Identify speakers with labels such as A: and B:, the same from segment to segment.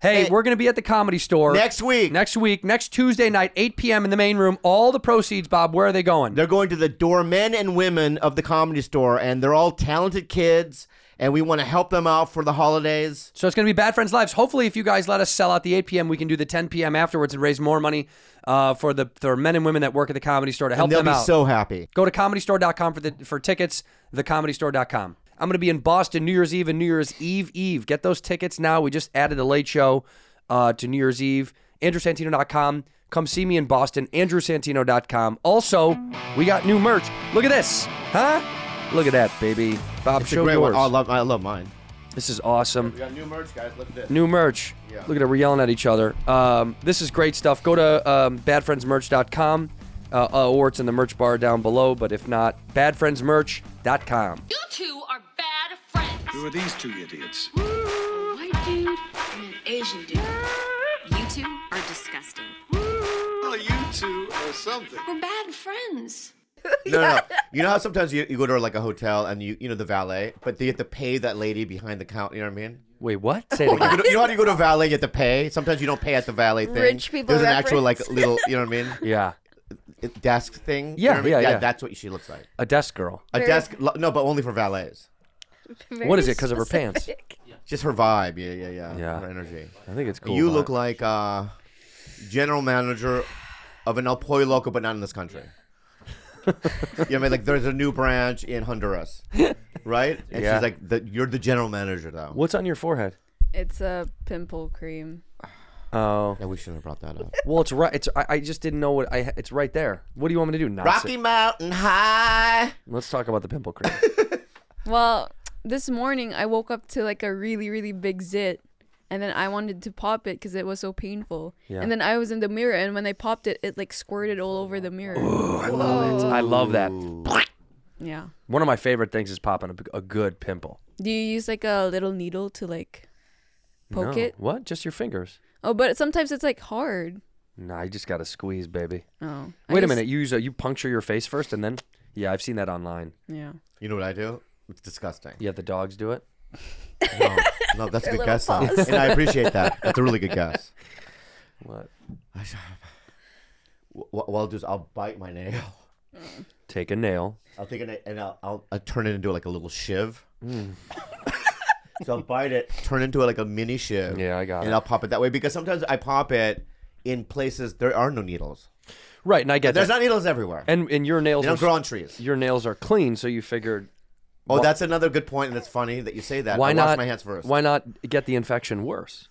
A: Hey,
B: Hey.
A: we're going to be at the comedy store
B: Next week.
A: Next week, next Tuesday night, 8 p.m. in the main room. All the proceeds, Bob, where are they going?
B: They're going to the door men and women of the comedy store, and they're all talented kids, and we want to help them out for the holidays.
A: so it's going to be Bad Friends Lives. Hopefully, if you guys let us sell out the 8 p.m., we can do the 10 p.m. afterwards and raise more money uh, for the for men and women that work at the comedy store to help
B: And they'll
A: them
B: be
A: out.
B: so happy.
A: Go to comedystore.com for the for tickets, thecomedystore.com. I'm going to be in Boston New Year's Eve and New Year's Eve Eve. Get those tickets now. We just added the late show uh, to New Year's Eve. AndrewSantino.com. Come see me in Boston. AndrewSantino.com. Also, we got new merch. Look at this, huh? Look at that, baby. Bob,
B: It's a
A: show
B: great
A: yours.
B: one. Oh, I love, I love mine.
A: this is awesome
B: got new merch, guys. Look at this.
A: new merch. Look at it, we're yelling at each other. Um, this is great stuff. Go to um, badfriendsmerch.com, uh, uh, or it's in the merch bar down below. But if not, badfriendsmerch.com.
C: You two are bad friends.
D: Who are these two idiots?
C: White dude and an Asian dude. You two are disgusting.
D: Well, you two are something.
C: We're bad friends.
B: No, no, no. You know how sometimes you, you go to like a hotel and you you know the valet, but you have to pay that lady behind the counter. You know what I mean?
A: Wait, what? Say it again.
B: You, know, you know how you go to a valet, you have to pay. Sometimes you don't pay at the valet thing.
E: Rich people
B: There's an actual like
E: reference.
B: little, you know what I mean?
A: yeah,
B: It- Desk thing. you
A: Yeah,
B: know what I mean?
A: yeah, yeah.
B: That's what she looks like.
A: a desk girl.
B: A desk. lo- No, but only for valets.
A: What is it, 'cause of her pants?
B: Just her vibe. Yeah, yeah, yeah.
A: Yeah.
B: Her energy.
A: I think it's cool.
B: you
A: Bob.
B: look like uh, general manager of an El Pollo Loco, but not in this country. you know what I mean? Like, there's a new branch in Honduras, right? And
A: Yeah.
B: she's like, the, "You're the general manager, though."
A: What's on your forehead?
E: It's a pimple cream.
A: Oh,
B: Yeah, we shouldn't have brought that up.
A: well, it's right. It's I, I just didn't know what I. It's right there. What do you want me to do? Not
B: Rocky
A: say-
B: Mountain High.
A: Let's talk about the pimple cream.
E: Well, this morning I woke up to like a really, really big zit. And then I wanted to pop it because it was so painful.
A: Yeah.
E: And then I was in the mirror, and when I popped it, it like squirted all over the mirror.
A: I love that.
E: Yeah.
A: One of my favorite things is popping a, a good pimple.
E: Do you use like a little needle to like poke
A: No.
E: it?
A: What? Just your fingers?
E: Oh, but sometimes it's like hard.
A: No, I just got to squeeze, baby.
E: Oh. I
A: Wait a
E: just-
A: minute. You use a, you puncture your face first, and then yeah, I've seen that online.
E: Yeah.
B: You know what I do? It's disgusting.
A: Yeah, the dogs do it.
B: No, no, that's a good guess, though. and I appreciate that. That's a really good guess.
A: What?
B: Wh- What I'll do is I'll bite my nail.
A: Take a nail.
B: I'll take it and I'll, I'll, I'll turn it into like a little shiv.
A: Mm.
B: so I'll bite it, turn into like a mini shiv.
A: Yeah, I got
B: and
A: it.
B: I'll pop it that way because sometimes I pop it in places there are no needles.
A: Right, and I get
B: There's
A: that.
B: not needles everywhere.
A: and and your nails
B: they
A: are
B: don't grow on trees.
A: your nails are clean, so you figured
B: Oh, that's another good point, and it's funny that you say that.
A: why
B: I
A: not
B: wash my hands first.
A: Why not get the infection worse?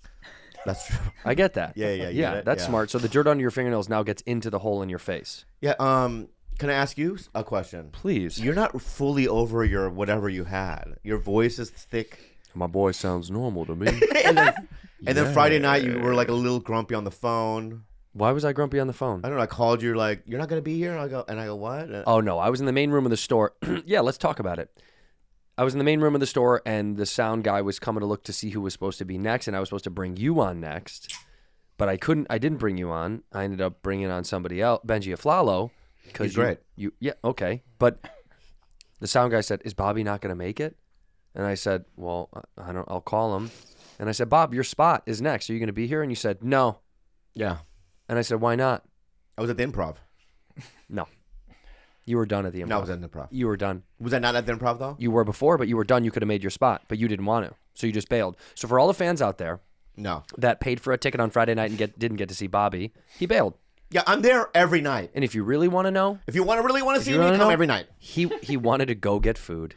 B: That's true.
A: I get that.
B: Yeah, yeah, you
A: yeah.
B: get it,
A: that's
B: yeah.
A: smart. So the dirt under your fingernails now gets into the hole in your face.
B: Yeah. Um. Can I ask you a question?
A: Please,
B: You're not fully over your whatever you had. Your voice is thick.
A: my boy sounds normal to me.
B: And then, and then Friday night you were like a little grumpy on the phone.
A: Why was I grumpy on the phone?
B: I don't know. I called you like you're not gonna be here. And I go and I go what? Uh, And-
A: Oh no, I was in the main room of the store. yeah, let's talk about it. I was in the main room of the store and the sound guy was coming to look to see who was supposed to be next and I was supposed to bring you on next. But I couldn't I didn't bring you on. I ended up bringing on somebody else, Benji Aflalo, cuz
B: He's
A: you,
B: great.
A: you yeah, okay. But the sound guy said, "Is Bobby not going to make it?" And I said, "Well, I- I don't I'll call him." And I said, "Bob, your spot is next. Are you going to be here?" And you said, "No."
B: Yeah.
A: And I said, "Why not?"
B: I was at the improv.
A: No. You were done at the improv.
B: No, I was at the improv.
A: you were done.
B: Was I not at the improv though?
A: you were before, but you were done. You could have made your spot, but you didn't want to, so you just bailed. So for all the fans out there
B: No.
A: that paid for a ticket on Friday night and get, didn't get to see Bobby, he bailed.
B: Yeah, I'm there every night.
A: And if you really want to know,
B: If you want to really want to see
A: you
B: me,
A: wanna
B: come
A: know?
B: every night.
A: he he wanted to go get food.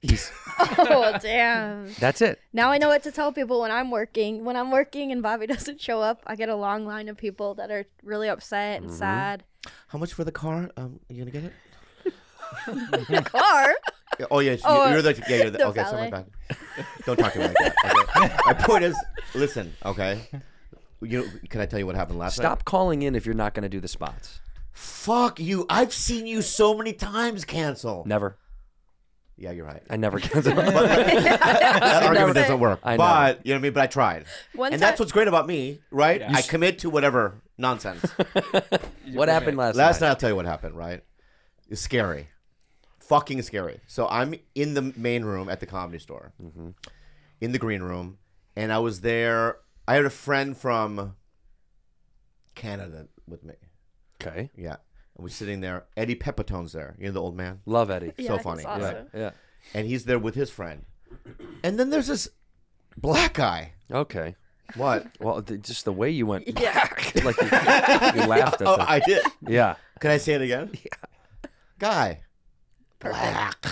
A: He's
F: Oh damn!
A: that's it.
F: Now I know what to tell people when I'm working. When I'm working and Bobby doesn't show up, I get a long line of people that are really upset
B: Mm-hmm.
F: and sad.
B: How much for the car? Um, you gonna get it?
F: Car?
B: Yeah, oh yes,
F: Oh,
B: you, you're the yeah. You're the,
F: the
B: okay, so my
F: valet.
B: back. Don't talk to me like that. Okay. my point is, listen. Okay, You know, can I tell you what happened last night?
A: Stop calling in if you're not going to do the spots.
B: Fuck you. I've seen you so many times cancel.
A: Never.
B: Yeah, you're right.
A: I never cancel. But
B: that argument doesn't work.
A: I know.
B: But you know what I mean. But I tried,
F: One
B: and
F: time-
B: that's what's great about me, right? I commit to whatever nonsense.
A: what happened last,
B: Last
A: night?
B: night, I'll tell you what happened. Right, it's scary, fucking scary. So I'm in the main room at the comedy store, in the green room, and I was there. I had a friend from Canada with me.
A: Okay.
B: Yeah, and we're sitting there. Eddie Pepitone's there. You know the old man.
A: Love Eddie.
B: so
F: Yeah, he's
B: funny.
F: awesome.
B: Right.
A: Yeah.
B: And he's there with his friend, and then there's this black guy.
A: Okay.
B: What?
A: Well, th- just the way you went,
F: Yeah.
A: like you, you laughed at
B: oh,
A: that.
B: I did.
A: yeah.
B: Can I say it again? Yeah. Guy. Black.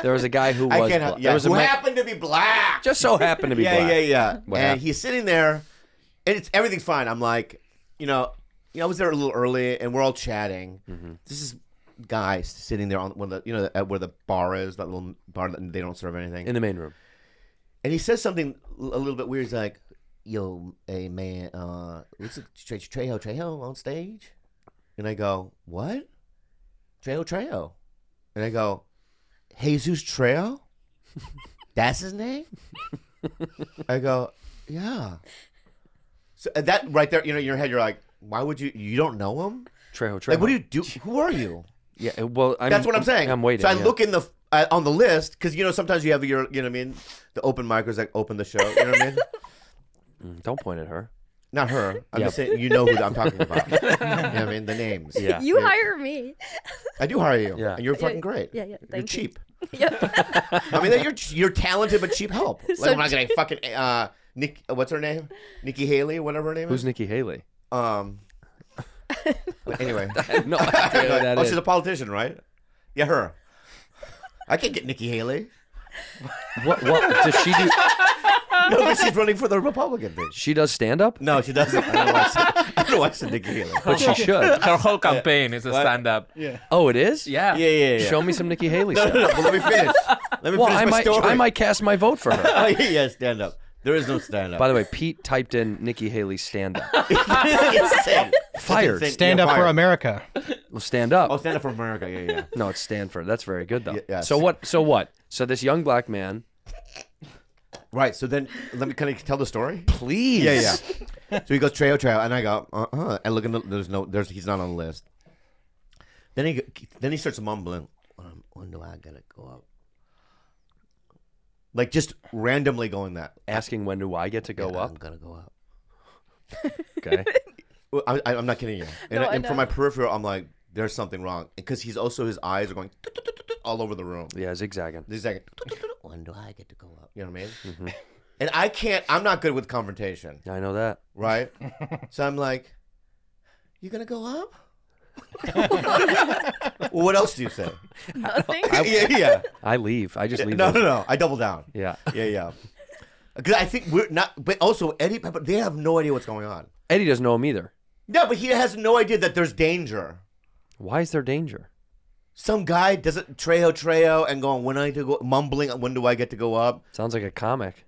A: There was a guy who
B: I
A: was.
B: can't.
A: bla-
B: help.
A: there
B: Yeah.
A: was a
B: Who
A: ma-
B: happened to be black?
A: just so happened to be
B: yeah,
A: black.
B: yeah, yeah,
A: What
B: And
A: happened?
B: he's sitting there, and it's everything's fine. I'm like, you know, you know, I was there a little early, and we're all chatting.
A: Mm-hmm.
B: This is guy sitting there on one of the, you know, at where the bar is, that little bar that they don't serve anything.
A: In the main room.
B: and he says something l- a little bit weird. He's like, "Yo, hey man, uh, what's it, Tre- Trejo Trejo on stage?" And I go, "What? Trejo Trejo?" And I go, "Jesus Trejo? That's his name?" I go, "Yeah." So uh, that right there, you know, in your head, you're like, "Why would you? You don't know him?
A: Trejo. Trejo.
B: Like, what do you do? Who are you?"
A: Yeah. Well, I'm,
B: That's what I'm saying.
A: I'm waiting.
B: So I
A: yeah.
B: look in the uh, on the list because you know sometimes you have your you know what I mean the open micers like open the show. You know what I mean?
A: Don't point at her.
B: Not her. I'm
A: Yeah.
B: just saying you know who I'm talking about. you know what I mean the names.
A: Yeah.
F: You hire me.
B: I do hire you.
A: Yeah.
B: And you're fucking great.
F: Yeah, yeah.
B: You're
F: Thank you.
B: cheap.
F: Yep.
B: I mean you're you're talented but cheap help. Like
E: So
B: when I get a fucking uh Nick uh, what's her name? Nikki Haley, whatever her name
A: Who's
B: is.
A: Nikki Haley?
B: Um but anyway.
A: No idea who that
B: oh,
A: is.
B: she's a politician, right? Yeah, her. I can't get Nikki Haley.
A: What? What does she do?
B: No, but she's running for the Republican thing.
A: She does stand up,
B: No, she doesn't. I don't watch, I don't watch the Nikki Haley.
A: but she should.
G: Her whole campaign is a stand up.
A: Oh, it is.
G: Yeah.
B: yeah, yeah, yeah.
A: Show me some Nikki Haley
B: No,
A: stuff.
B: no, no, but let me finish. Let me
A: Well,
B: finish
A: I
B: my
A: might,
B: story.
A: I might cast my vote for her.
B: Oh, yeah, yeah, stand up. There is no stand up.
A: By the way, Pete typed in Nikki Haley stand up.
B: insane.
A: Fired.
B: It's insane.
H: Stand
B: Yeah,
H: up for
B: fired.
H: America.
A: Well, stand up.
B: Oh, stand up for America. Yeah, yeah.
A: No, it's Stanford. That's very good though.
B: yes.
A: So what? So what? So this young black man,
B: Right. So then, let me kind of tell the story.
A: please.
B: Yeah, yeah. so he goes Treo Treo, and I go uh huh, and look in the there's no there's he's not on the list. Then he then he starts mumbling. Um, when do I gotta go up? Like just randomly going that.
A: Asking when do I get to go
B: I'm
A: up?
B: gonna go up.
A: Okay.
B: Well, I, I, I'm not kidding you. And,
F: No, I
B: and for
F: know.
B: my peripheral, I'm like, there's something wrong because he's also his eyes are going all over the room.
A: Yeah, zigzagging.
B: He's like, when do I get to go up? You know what I mean? And I can't. I'm not good with confrontation,
A: I know that.
B: right? so I'm like, you gonna go up? well, what else do you say?
F: Nothing.
B: yeah, yeah.
A: I leave. I just leave.
B: No,
A: those-
B: no, no. I double down.
A: Yeah.
B: yeah, yeah. Because I think we're not. But also, Eddie, Pepper, they have no idea what's going on.
A: Eddie doesn't know him either.
B: No, but he has no idea that there's danger.
A: Why is there danger?
B: some guy doesn't Trejo Trejo and going when I to go mumbling when do I get to go up?
A: Sounds like a comic.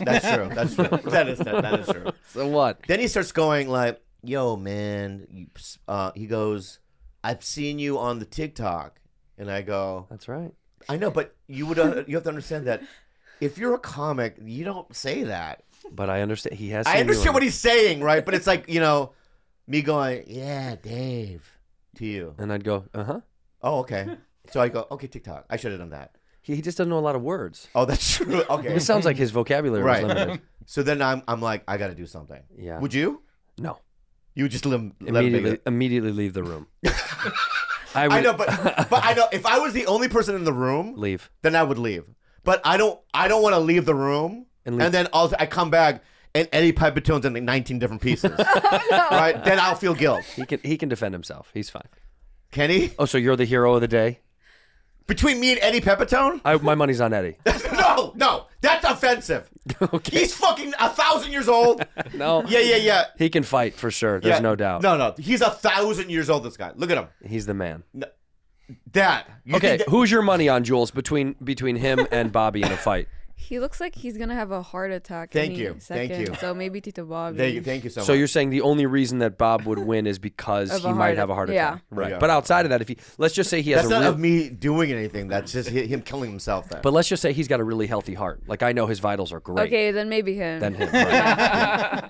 B: That's true. That's true. that is that, that is true.
A: So what?
B: Then he starts going like, "Yo, man," you- uh, he goes, "I've seen you on the TikTok," and I go,
A: That's right.
B: "I know, but you would uh, you have to understand that if you're a comic, you don't say that.
A: But I understand. He has.
B: I
A: seen you
B: understand
A: on-
B: what he's saying, right? But it's like you know, me going, "Yeah, Dave," to you.
A: And I'd go, uh huh.
B: Oh, okay. So I go, "Okay, TikTok. I should have done that."
A: He, he just doesn't know a lot of words.
B: Oh, that's true. Okay.
A: It sounds like his vocabulary is
B: right.
A: limited.
B: so then I'm, I'm like, I got to do something.
A: Yeah.
B: Would you?
A: No.
B: You would just lim- let him
A: Immediately,
B: make it.
A: immediately leave the room. I would
B: I know, but but I know if I was the only person in the room,
A: leave.
B: then I would leave. But I don't. I don't want to leave the room.
A: And
B: And,
A: leave-
B: then also I come back and Eddie Pipetone's in like 19 different pieces. Right? Then I'll feel guilt.
A: He can. He can defend himself. He's fine.
B: Kenny,
A: Oh, so you're the hero of the day.
B: between me and Eddie Pepitone?
A: I, my money's on Eddie.
B: no, no, that's offensive. He's fucking a thousand years old.
A: No.
B: Yeah, yeah, yeah.
A: He can fight for sure. There's
B: Yeah.
A: no doubt.
B: No, no, he's a thousand years old. This guy. Look at him.
A: He's the man.
B: That. You
A: okay,
B: think that-
A: who's your money on, Jules, between between him and Bobby in a fight?
E: He looks like he's gonna have a heart attack.
B: Thank
E: any
B: you, thank
E: Second.
B: you.
E: So maybe Tito Bobby.
B: Thank you, thank you so,
A: So
B: much.
A: you're saying the only reason that Bob would win is because
E: Of a
A: he might
E: heart-
A: have a heart
E: yeah.
A: attack, right?
B: Yeah.
A: But outside of that, if he let's just say he has
B: That's
A: a
B: not
A: real,
B: of me doing anything. That's just hi- him killing himself. Then.
A: but let's just say he's got a really healthy heart. Like I know his vitals are great.
E: Okay, then maybe him.
A: Than him. right? Yeah.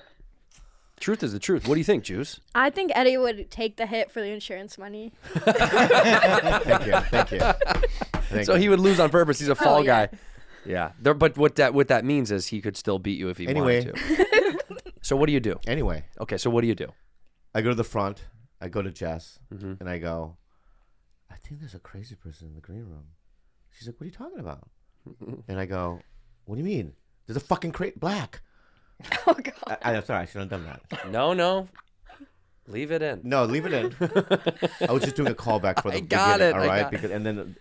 A: Truth is the truth. What do you think, Juice?
F: I think Eddie would take the hit for the insurance money.
B: thank you, thank you. Thank
A: So
B: you.
A: he would lose on purpose. He's
E: Oh,
A: a fall
F: yeah.
A: guy. Yeah. There, but what that what that means is he could still beat you if he
B: Anyway.
A: wanted to. so what do you do?
B: Anyway,
A: Okay. So what do you do?
B: I go to the front. I go to Jess,
A: Mm-hmm.
B: and I go. I think there's a crazy person in the green room. She's like, "What are you talking about?" and I go, "What do you mean? There's a fucking cra- black."
F: Oh god.
B: I, I'm sorry, I shouldn't have done that.
A: No, no. Leave it in.
B: No, leave it in. I was just doing a callback for the
A: I got
B: beginning,
A: it,
B: All
A: I
B: right,
A: got it.
B: because and then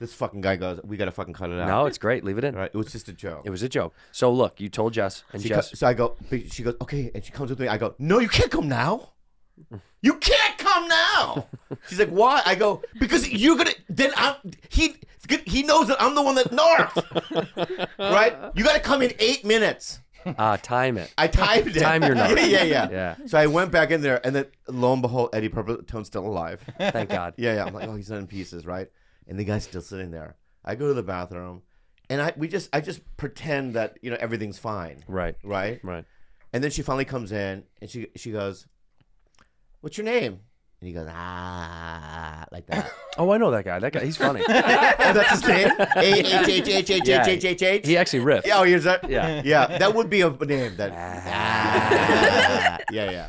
B: this fucking guy goes, "We gotta fucking cut it out."
A: No, it's great. Leave it in.
B: all right, it was just a joke.
A: It was a joke. So look, you told Jess, and
B: She co-
A: Jess.
B: so I go, but she goes, okay, and she comes with me. I go, no, you can't come now. You can't come now. She's like, why? I go, because you're gonna. Then I'm he. He knows that I'm the one that narked, right? You got to come in eight minutes.
A: Ah, time it.
B: I timed it.
A: Time your narc.
B: Yeah, yeah, yeah,
A: Yeah.
B: So I went back in there, and then lo and behold, Eddie Purple's still alive.
A: Thank God.
B: Yeah, yeah. I'm like, oh, he's not in pieces, right? And the guy's still sitting there. I go to the bathroom, and I we just I just pretend that you know everything's fine,
A: Right.
B: right?
A: Right.
B: And then she finally comes in, and she she goes, "What's your name?" And he goes, "Ah," like that.
A: Oh, I know that guy. That guy. He's funny.
B: oh, that's his name. H H H H H H H H H.
A: he actually riffs.
B: Yeah, oh, here's that.
A: Yeah.
B: yeah. That would be a name that. Ah. yeah, yeah,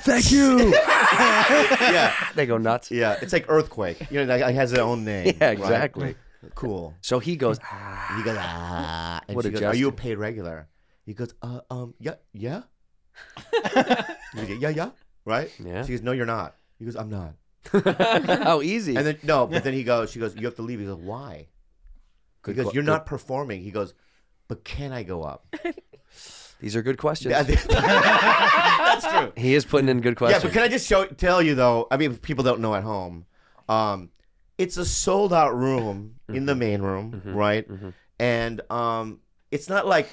A: Thank you.
B: yeah,
A: they go nuts. Yeah,
B: yeah. It's like earthquake. You know, that it has its own name. right?
A: exactly.
B: Cool.
A: So he goes. "Ah."
B: He goes, ah. And
A: What
B: she
A: a
B: goes, are you a
A: gesture.
B: paid regular? He goes, uh, um, yeah, yeah. He goes, yeah, yeah. Right?
A: Yeah.
B: She goes, no, you're not. He goes, I'm not.
A: How easy.
B: And then, no, but then he goes, she goes, you have to leave. He goes, why?
A: Good
B: he goes,
A: que-
B: you're
A: good-
B: not performing. He goes, but can I go up?
A: These are good questions.
B: Yeah, That's true.
A: he is putting in good
B: Yeah,
A: questions.
B: but can I just show tell you though? I mean, if people don't know at home. Um, it's a sold out room in the main room, right? And um, it's not like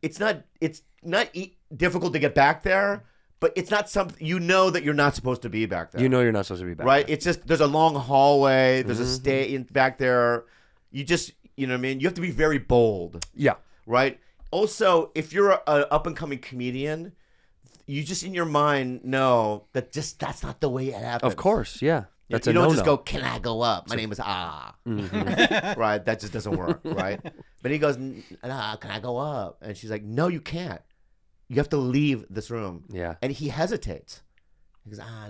B: it's not it's not e- difficult to get back there, but it's not something you know that you're not supposed to be back there.
A: you know you're not supposed to be back.
B: right? It's just there's a long hallway. There's a
A: Mm-hmm.
B: stay in back there. You just you know what I mean. You have to be very bold
A: Yeah.
B: right? Also, if you're an up and coming comedian, you just in your mind know that just that's not the way it happens.
A: Of course. Yeah.
B: You-
A: That's
B: you
A: a
B: don't
A: no-no. Mm-hmm.
B: just go. Can I go up? My name is Ah, right? That just doesn't work, right? but he goes, "N- Nah, can I go up? And she's like, No, you can't. You have to leave this room.
A: Yeah.
B: And he hesitates. He goes, Ah,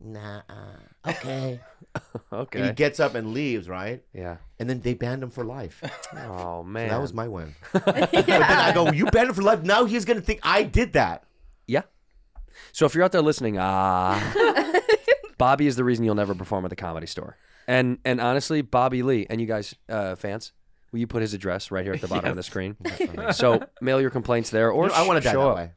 B: nah, nah, ah, okay. And he
A: okay.
B: gets up and leaves, right?
A: yeah.
B: And then they banned him for life.
A: Oh man.
B: That was my win. But then I go, you banned him for life. Now he's gonna think I did that.
A: Yeah. So if you're out there listening, ah, Bobby is the reason you'll never perform at the Comedy Store. And and honestly, Bobby Lee and you guys uh, fans, will you put his address right here at the bottom of the screen? so mail your complaints there, or
B: You know, I want
A: sh-
B: to die
A: show
B: that
A: up.
B: way.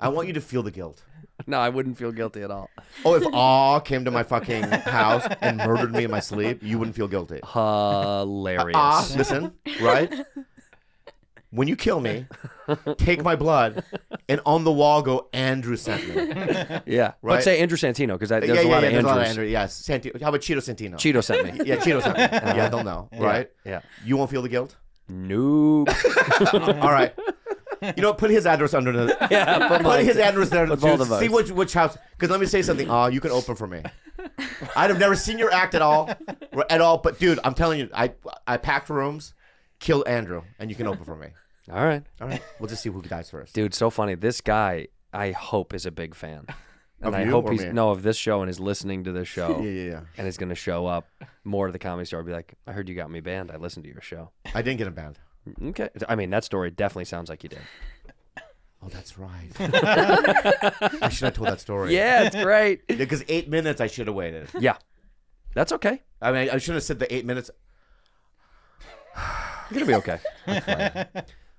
B: I want you to feel the guilt.
A: No, I wouldn't feel guilty at all.
B: Oh, if Aw came to my fucking house and murdered me in my sleep, you wouldn't feel guilty.
A: Oh, Hilarious.
B: Ah, listen, right? When you kill me, take my blood, and on the wall go Andrew sent me.
A: yeah, but
B: Right.
A: say Andrew Santino because there's,
B: yeah,
A: a,
B: yeah,
A: lot
B: yeah.
A: of
B: There's a lot of
A: Andrews.
B: Andrew. Yes, Santi- How about Cheeto Santino?
A: Cheeto sent me.
B: Yeah, Cheeto sent me. yeah, they'll know, right?
A: Yeah.
B: You won't feel the guilt.
A: Nope.
B: All right. You know, what? put his address under the.
A: yeah, but
B: Put his address there.
A: With both
B: Juice.
A: of
B: See
A: us.
B: which which house. Because let me say something. Ah, you can open for me. I'd have never seen your act at all, r- at all. But dude, I'm telling you, I I packed rooms. Kill Andrew, and you can open for me.
A: all right,
B: All right, we'll just see who dies first.
A: dude. So funny. This guy, I hope, is a big fan, and
B: Of
A: I
B: you
A: hope
B: or
A: he's
B: me?
A: no of this show and is listening to this show.
B: Yeah, yeah,
A: and is going to show up more to the comedy store. Be like, I heard you got me banned. I listened to your show.
B: yeah. I didn't get him banned.
A: Okay, I mean that story definitely sounds like you did.
B: Oh, that's right. I should have told that story.
A: Yeah, it's great.
B: Because eight minutes, I should have waited.
A: yeah, that's okay.
B: I mean, I shouldn't have said the eight minutes.
A: You're gonna be okay.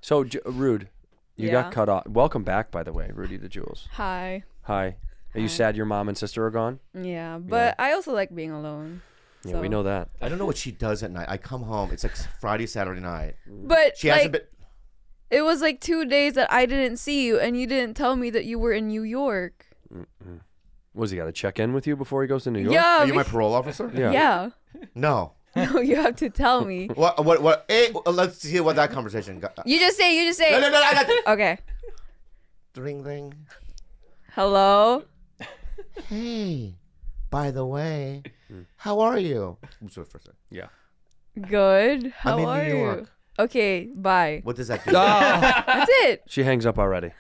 A: so, J- Rude, you
E: Yeah.
A: got cut off. Welcome back, by the way, Rudy the Jewels.
E: Hi.
A: Hi. Are you sad your mom and sister are gone?
E: Yeah, but I also like being alone.
A: Yeah, we know that.
B: I don't know what she does at night. I come home. It's like Friday, Saturday night.
E: But
B: She
E: like,
B: hasn't been.
E: it was like two days that I didn't see you, and you didn't tell me that you were in New York.
A: What does he got to check in with you before he goes to New York?
E: Yeah,
B: Are you my
E: bec-
B: parole officer?
A: Yeah.
E: yeah.
B: No.
E: No, you have to tell me.
B: What? What? What? eh, let's see what that conversation got.
E: You just say. You just say.
B: No, no, no, I got
E: Okay.
B: Ring, ring.
E: Hello.
B: Hey, by the way, how are you? Oops, sorry, first sorry.
A: Yeah.
E: Good. How
B: I'm in
E: are
B: New
E: you?
B: York.
E: Okay. Bye.
B: What does that do?
A: Oh,
E: That's it.
A: she hangs up already.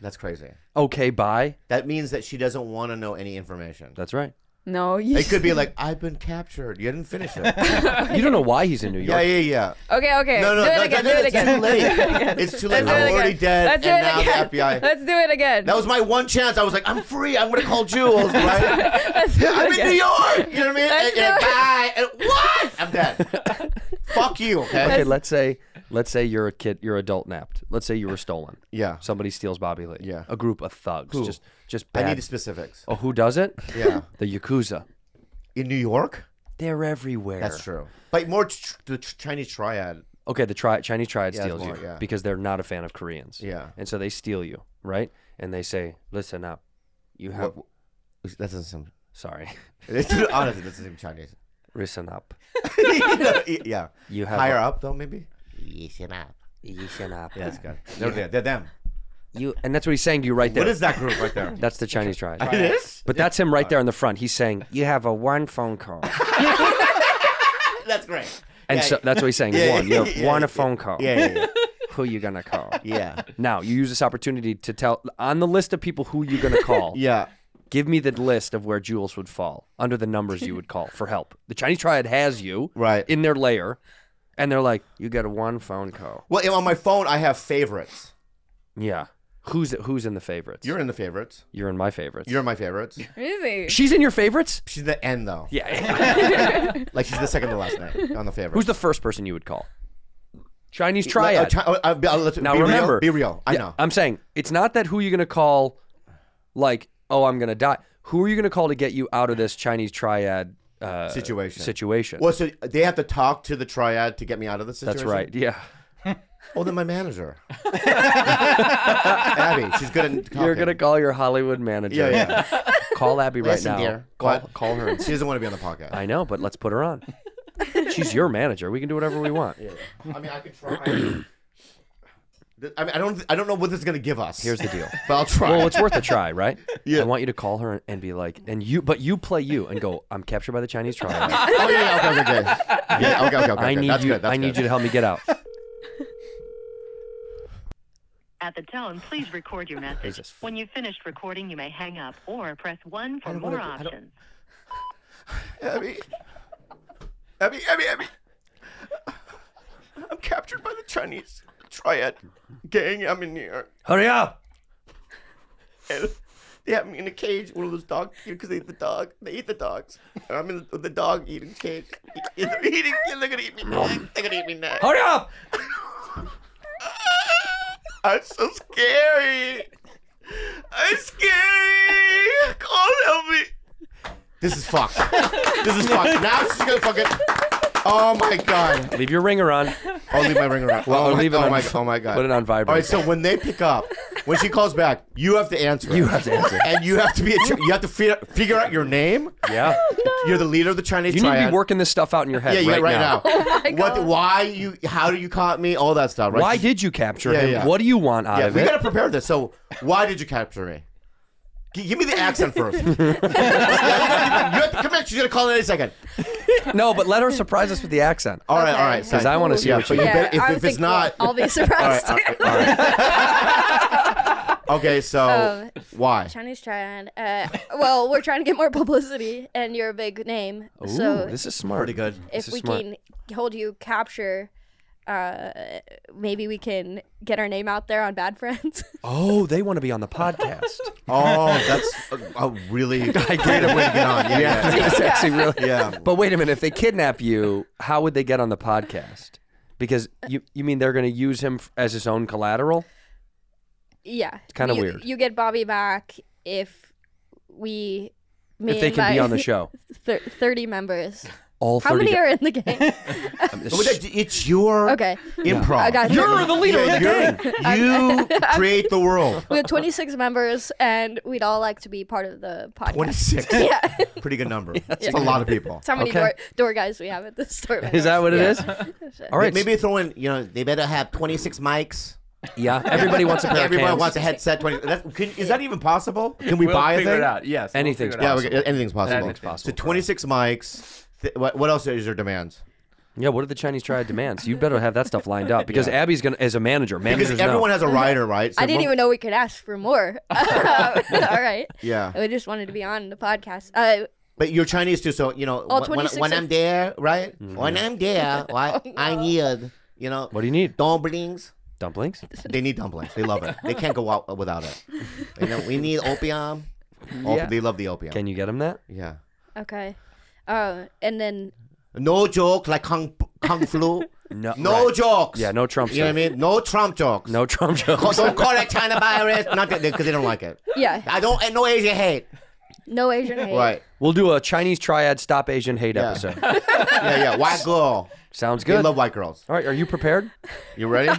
B: That's crazy.
A: Okay, bye.
B: That means that she doesn't want to know any information.
A: That's right.
E: No. You
B: It could be like, I've been captured. You didn't finish it. yeah,
A: You don't know why he's in New
B: yeah,
A: York.
B: yeah.
E: Okay. Okay.
B: No, no,
E: do it
B: no,
E: again.
B: no,
E: do it
B: it's
E: again.
B: too late. It's too late.
E: Let's do it
B: I'm already
E: again.
B: dead,
E: Let's do
B: and
E: it
B: now
E: again.
B: the FBI.
E: Let's do it again.
B: That was my one chance. I was like, I'm free. I'm gonna call Jules, right? I'm in New York. You know what I mean? And- and
E: Let's do it.
B: bye. And what? I'm dead. Fuck you. Okay.
A: Okay, let's say let's say you're a kid, you're adult napped. Let's say you were stolen.
B: Yeah.
A: Somebody steals Bobby Lee.
B: Yeah.
A: A group of thugs.
B: Who?
A: Just just
B: I
A: bad.
B: need the specifics.
A: oh, who does it?
B: Yeah.
A: The yakuza.
B: In New York?
A: They're everywhere.
B: That's true. But more tr- the tr- Chinese triad.
A: Okay, the tri- Chinese triad
B: Yeah, it's
A: steals
B: more-
A: you
B: yeah.
A: because they're not a fan of Koreans.
B: Yeah.
A: And so they steal you, right? And they say, "Listen up. You have
B: What- That doesn't seem.
A: sorry.
B: It's, honestly, that doesn't seem Chinese.
A: Listen up.
B: yeah.
A: You have
B: Higher up though, maybe. Listen up.
A: Listen up.
B: Yeah, that's good. They're, there. they're them.
A: You and that's what he's saying to you right there.
B: What is that group right there?
A: That's the Chinese triad.
B: it is.
A: But that's him right there in the front. He's saying, "You have a one phone call."
B: That's great.
A: And
B: Yeah,
A: so that's what he's saying.
B: yeah,
A: one, you
B: yeah,
A: have one
B: yeah,
A: a phone call.
B: Yeah, yeah,
A: Who you gonna call?
B: yeah. yeah.
A: Now you use this opportunity to tell on the list of people who you gonna call.
B: Yeah.
A: Give me the list of where Jules would fall under the numbers you would call for help. The Chinese triad has you
B: Right.
A: in their layer, and they're like, "You got a one phone call."
B: Well, on my phone, I have favorites.
A: Yeah. Who's who's in the favorites?
B: You're in the favorites.
A: You're in my favorites.
B: You're in my favorites.
E: really.
A: She's in your favorites.
B: She's the end though.
A: Yeah.
B: Like she's the second to last name on the favorites.
A: who's the first person you would call? Chinese
B: Like,
A: triad.
B: a chi- uh, be- uh, let's-
A: Now
B: be real-
A: remember,
B: be real. I
A: Yeah, uh,
B: know.
A: I'm saying it's not that who you're gonna call, like, oh, I'm gonna die. Who are you gonna call to get you out of this Chinese triad uh,
B: Situation.
A: Situation.
B: Well, so they have to talk to the triad to get me out of the situation.
A: That's right. Yeah,
B: Oh, then my manager, Abby. She's good at. Talking.
A: you're gonna call your Hollywood manager.
B: Yeah, yeah.
A: Call Abby right
B: Listen,
A: now.
B: dear.
A: Call,
B: What?
A: call her. And
B: she doesn't want to be on the podcast. I,
A: I know, but let's put her on. She's your manager. We can do whatever we want.
B: mean, I could try. I mean, I don't. I don't know what this is gonna give us.
A: Here's the deal.
B: But I'll try.
A: Well, it's worth a try, right?
B: Yeah.
A: I want you to call her and be like, and you, but you play you and go. I'm captured by the Chinese triad.
B: oh yeah, yeah, okay, okay, okay. Yeah, okay, okay, okay.
A: I
B: okay.
A: need
B: That's
A: you.
B: Good. That's
A: I need
B: good.
A: you to help me get out.
H: At the tone, please record your message.
A: Jesus.
H: When you've finished recording, you may hang up or press 1
B: I
H: for
B: don't
H: more
B: wanna do- I don't-
H: options.
B: Abby. Abby, Abby, Abby. I'm captured by the Chinese triad gang. I'm in New York.
A: Hurry up.
B: and they have me in a cage, one of those dog because they eat the dog. They eat the dogs, and I'm in the, the dog eating cage. They're eating. They're gonna eat me. next. They're gonna eat me next.
A: Hurry up.
B: I'm so scary. I'm scary. God help me. This is fucked. this is fucked. Now she's gonna fucking. Oh my god.
A: Leave your ringer on.
B: I'll leave my ring around. Well,
A: I'll
B: oh,
A: leave it
B: my, oh,
A: on-
B: my, oh my god.
A: put it on vibrate.
B: All right, so when they pick up, when she calls back, you have to answer.
A: You have to answer.
B: and you have to be a, chi- you have to fi- figure out your name.
A: Yeah.
B: You're the leader of the Chinese
A: You need
B: triad.
A: to be working this stuff out in your head
B: yeah, yeah,
A: right,
B: right, now. what?
F: God.
B: Why you? How do you caught me? All that stuff. Right?
A: Why did you capture
B: Yeah,
A: him?
B: yeah.
A: What do you want out
B: Yeah,
A: of
B: we
A: it?
B: gotta prepare this. So, why did you capture me? G- give me the accent first. Yeah, you gotta- you have to come back. She's gonna call in any second.
A: No, but let her surprise us with the accent.
B: All right, all right.
A: 'Cause I wanna see
B: yeah,
A: what
B: but
A: you-
F: Yeah,
B: better,
F: I
B: if, if
F: was
B: it's
F: thinking,
B: not,
F: I'll be surprised.
B: All right, all right, all right. okay, so
F: Um,
B: why?
F: Chinese triad. Uh, well, we're trying to get more publicity, and you're a big name.
A: Ooh,
F: so
A: this is smart.
B: Pretty good.
F: if
A: this is
F: we
A: smart.
F: can hold you capture, uh, maybe we can get our name out there on Bad Friends.
A: Oh, they want to be on the podcast.
B: Oh, that's a, a really creative way to get on. Yeah, yeah.
A: That's actually really.
B: Yeah.
A: But wait a minute. If they kidnap you, how would they get on the podcast? Because you you mean they're going to use him f- as his own collateral?
F: yeah, it's
A: kinda weird.
F: You get Bobby back if we. Me
A: if they
F: and
A: can be
F: my
A: on the show.
F: thir- Thirty members.
A: all
F: How
A: 30
F: many
A: da-
F: are in the game?
A: I mean,
B: But that- It's your
F: Okay.
B: improv.
F: I got it.
A: You're the leader of the
B: you're- You create the world.
F: We had 26 members, and we'd all like to be part of the podcast.
B: 26.
F: Yeah.
B: Pretty good number. It's a lot of people.
F: That's how many
A: Okay.
F: door, door guys we have at this store. by the
A: Is
F: way.
A: that what it is? All right.
B: Maybe throw in, you know, they better have 26 mics.
A: yeah. Everybody wants a pair
B: Everybody
A: of cans.
B: wants a headset. 20, that, can, is that even possible? Can we
G: we'll
B: buy a
G: figure
B: thing?
G: it out. Yes.
A: Anything's
G: we'll
B: Yeah,
G: figure
B: we
G: it out.
B: can- anything's possible.
G: Anything's possible,
B: So 26 mics. Th- what, what else is your demands?
A: yeah. What do the Chinese triad demands? You better have that stuff lined up because Abby's gonna as a manager. Managers
B: Because everyone
A: know.
B: has a rider, right? So
F: Mm-hmm. I didn't
B: mo-
F: even know we could ask for more. all right.
B: Yeah.
F: We just wanted to be on the podcast. Uh,
B: But you're Chinese too, so you know
F: All
B: when- when,
F: 26
B: when
F: of-
B: I'm there, right? When I'm there,
F: Oh,
B: I, I need you know
A: Mm-hmm. What do you need?
B: dumplings.
A: Dumplings.
B: They need dumplings. They love it. They can't go out without it. You know, we need opium. Op-
A: Yeah.
B: They love the opium.
A: Can you get them that?
B: yeah.
F: okay. Uh, and then
B: No joke like kung kung flu.
A: No.
B: No
A: right.
B: jokes.
A: Yeah. No Trump.
B: You know what I
A: stuff.
B: mean? No Trump jokes.
A: No Trump
B: Call-
A: jokes.
B: Don't call that China virus. Not because they don't like it.
F: yeah,
B: I don't. and No Asian hate.
F: no Asian hate.
B: Right.
A: We'll do a Chinese triad stop Asian hate
B: Yeah.
A: episode.
B: Yeah, yeah. White girl.
A: Sounds
B: They
A: good.
B: love white girls.
A: All right. Are you prepared?
B: You ready?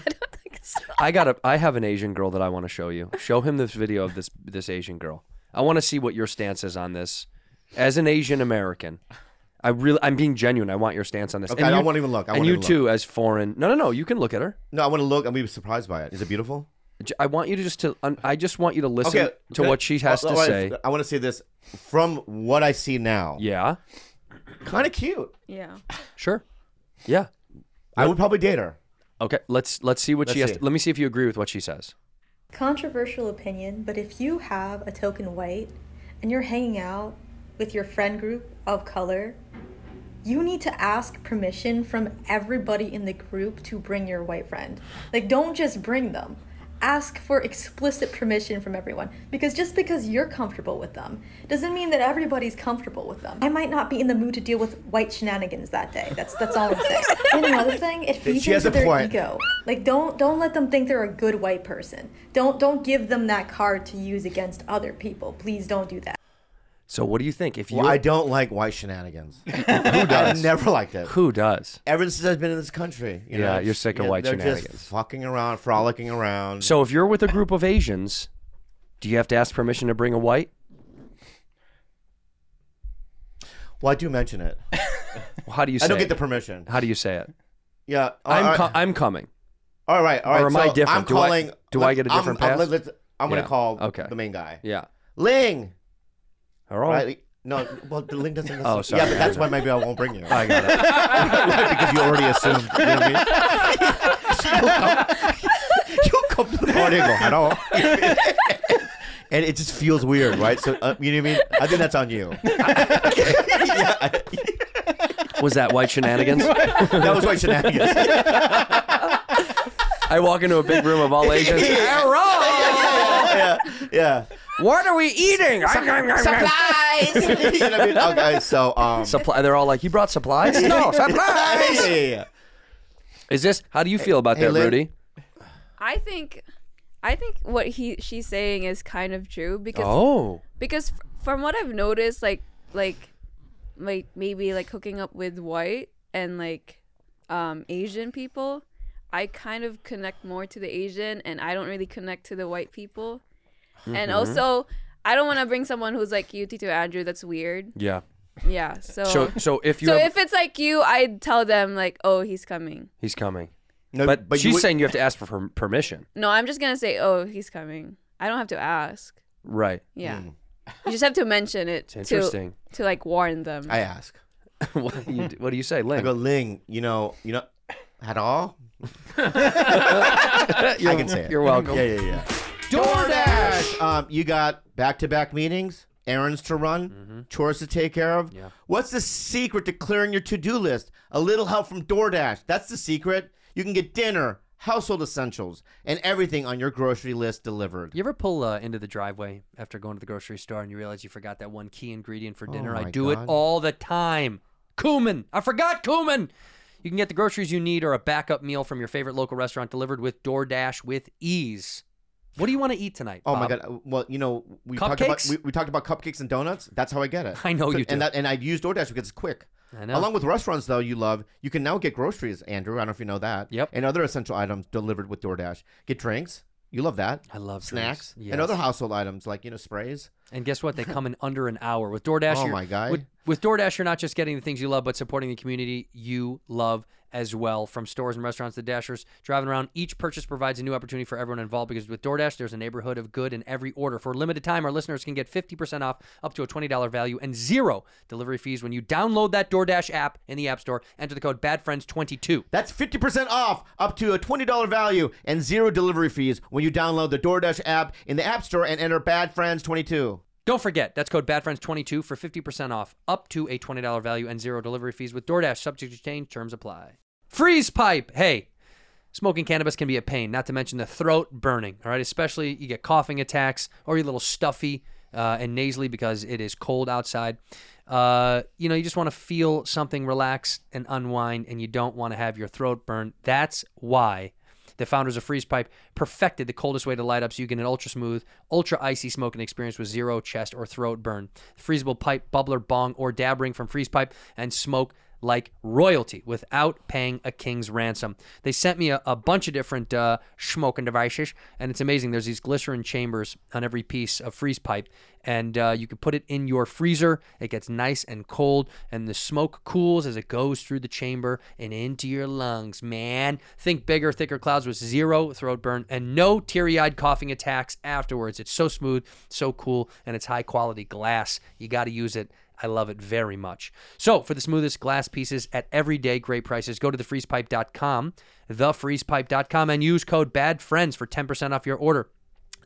A: I got a. I have an Asian girl that I want to show you. Show him this video of this this Asian girl. I want to see what your stance is on this. As an Asian American, I really I'm being genuine. I want your stance on this.
B: Okay, I won't even look. I
A: and
B: won't
A: you
B: even look.
A: too, as foreign. No, no, no. You can look at her.
B: No, I want to look. I'm gonna be surprised by it. Is it beautiful?
A: J- I want you to just to. un- I just want you to listen to
B: can I-
A: what she has
B: oh,
A: to
B: all right,
A: say.
B: I want to say this from what I see now.
A: Yeah.
B: Kind of cute.
E: Yeah.
A: Sure. Yeah.
B: I would probably date her.
A: Okay. Let's let's see what she
B: Let's
A: has.
B: see.
A: let me see if you agree with what she says.
I: Controversial opinion, but if you have a token white and you're hanging out with your friend group of color, you need to ask permission from everybody in the group to bring your white friend. Like, don't just bring them. Ask for explicit permission from everyone because just because you're comfortable with them doesn't mean that everybody's comfortable with them. I might not be in the mood to deal with white shenanigans that day. That's that's all I'm saying. and another thing, it feeds
B: She has
I: into
B: a
I: their
B: point.
I: ego. Like don't don't let them think they're a good white person. Don't don't give them that card to use against other people. Please don't do that.
A: So what do you think? If you
B: Well, I don't like white shenanigans. Who does? I never liked it.
A: who does?
B: Ever since I've been in this country. You
A: Yeah,
B: know,
A: you're sick of white
B: they're
A: shenanigans.
B: Just fucking around, frolicking around.
A: So if you're with a group of Asians, do you have to ask permission to bring a white?
B: well, I do mention it.
A: Well, How do you say
B: I don't
A: it?
B: get the permission.
A: How do you say it?
B: Yeah. all
A: I'm
B: right,
A: co- I'm coming.
B: all right. All right.
A: or am I
B: so
A: different?
B: I'm
A: Do I-
B: calling.
A: do I get a
B: I'm-
A: different
B: I'm,
A: pass?
B: let- let's- I'm
A: Yeah,
B: gonna call
A: okay.
B: the main guy.
A: Yeah.
B: Ling.
A: All right.
B: Right? No, well, the link doesn't.
A: Oh, sorry,
B: Yeah, but
A: I
B: that's
A: know.
B: why maybe I won't bring you.
A: I got it.
B: because you already assumed. You know what I mean? you come to the party and go, hello. And it just feels weird, right? So uh, you know what I mean. I think that's on you. yeah,
A: Was that white shenanigans?
B: that was white shenanigans.
A: I walk into a big room of all Asians. Hello!
B: yeah, yeah.
A: What are we eating?
B: Supplies. you know what I mean? Okay, so um.
A: Supply. They're all like, you brought supplies? no,
B: yeah, yeah,
A: supplies.
B: yeah, yeah.
A: Is this? How do you feel about
B: Hey,
A: that,
B: Lynn.
A: Rudy?
E: I think, I think what he she's saying is kind of true because
A: Oh,
E: because f- from what I've noticed, like like like maybe like hooking up with white and like um Asian people, I kind of connect more to the Asian and I don't really connect to the white people. And
A: Mm-hmm.
E: also, I don't want to bring someone who's like you, Tito Andrew. That's weird.
A: yeah.
E: Yeah. So
A: So,
E: so,
A: so if you, have-
E: if it's like you, I'd tell them like, oh, he's coming.
A: he's coming.
B: No,
A: But,
B: Uh, but you
A: she's
B: would-
A: saying you have to ask for per- permission,
E: No, I'm just gonna say, oh, he's coming. I don't have to ask.
A: right?
E: Yeah. You just have to mention it
A: Hmm. It's
E: to,
A: interesting.
E: to like warn them.
B: I ask.
A: what, do you, what do you say,
B: I go,
A: Lynn?
B: Ling. You know, you know, at all. I can say it.
A: You're welcome.
B: Yeah, yeah, yeah. DoorDash. Um, you got back-to-back meetings, errands to run, chores to take care of.
A: Mm-hmm. Yeah.
B: What's the secret to clearing your to-do list? A little help from DoorDash. That's the secret. You can get dinner, household essentials, and everything on your grocery list delivered.
J: You ever pull uh, into the driveway after going to the grocery store and you realize you forgot that one key ingredient for dinner? I
B: Oh my
J: do
B: God.
J: it all the time. Cumin. I forgot cumin. You can get the groceries you need or a backup meal from your favorite local restaurant delivered with DoorDash with ease. What do you want to eat tonight?
B: Oh my
J: Bob?
B: god! Uh, Well, you know we talked about
J: Cupcakes?
B: we, we talked about cupcakes and donuts. That's how I get it.
J: I know you do.
B: And that and I use DoorDash because it's quick.
A: I know.
B: Along with restaurants, though, you love, you can now get groceries, Andrew. I don't know if you know that.
A: Yep.
B: And other essential items delivered with DoorDash. Get drinks. You love that.
A: I love
B: snacks
A: drinks. Yes.
B: and other household items like you know sprays.
A: And guess what? They come in under an hour. With DoorDash,
B: Oh
A: you're-
B: my God.
A: With, with DoorDash, you're not just getting the things you love, but supporting the community you love as well. From stores and restaurants to dashers driving around, each purchase provides a new opportunity for everyone involved. Because with DoorDash, there's a neighborhood of good in every order. For a limited time, our listeners can get 50% off, up to a $20 value, and zero delivery fees when you download that DoorDash app in the App Store. Enter the code BADFRIENDS22.
B: That's 50% off, up to a $20 value, and zero delivery fees when you download the DoorDash app in the App Store and enter Bad Friends 22.
A: Don't forget, that's code BADFRIENDS22 for 50% off, up to a $20 value and zero delivery fees with DoorDash. Subject to change, terms apply. Freeze pipe! Hey, smoking cannabis can be a pain, not to mention the throat burning, all right? Especially you get coughing attacks or you're a little stuffy uh, and nasally because it is cold outside. Uh, you know, you just want to feel something, relax and unwind, and you don't want to have your throat burn. That's why the founders of Freeze Pipe perfected the coldest way to light up so you get an ultra smooth, ultra icy smoking experience with zero chest or throat burn. Freezable pipe, bubbler, bong, or dab ring from Freeze Pipe and smoke like royalty without paying a king's ransom. They sent me a, a bunch of different uh, smoking devices, and it's amazing. There's these glycerin chambers on every piece of freeze pipe, and uh, you can put it in your freezer. It gets nice and cold, and the smoke cools as it goes through the chamber and into your lungs, man. Think bigger, thicker clouds with zero throat burn and no teary eyed coughing attacks afterwards. It's so smooth, so cool, and it's high quality glass. You got to use it. I love it very much. So, for the smoothest glass pieces at everyday great prices, go to thefreezepipe.com, thefreezepipe.com, and use code BADFRIENDS for 10% off your order.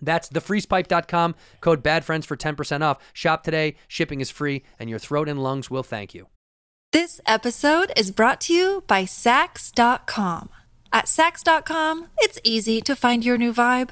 A: That's thefreezepipe.com, code BADFRIENDS for 10% off. Shop today, shipping is free, and your throat and lungs will thank you.
K: This episode is brought to you by Sax.com. At Sax.com, it's easy to find your new vibe.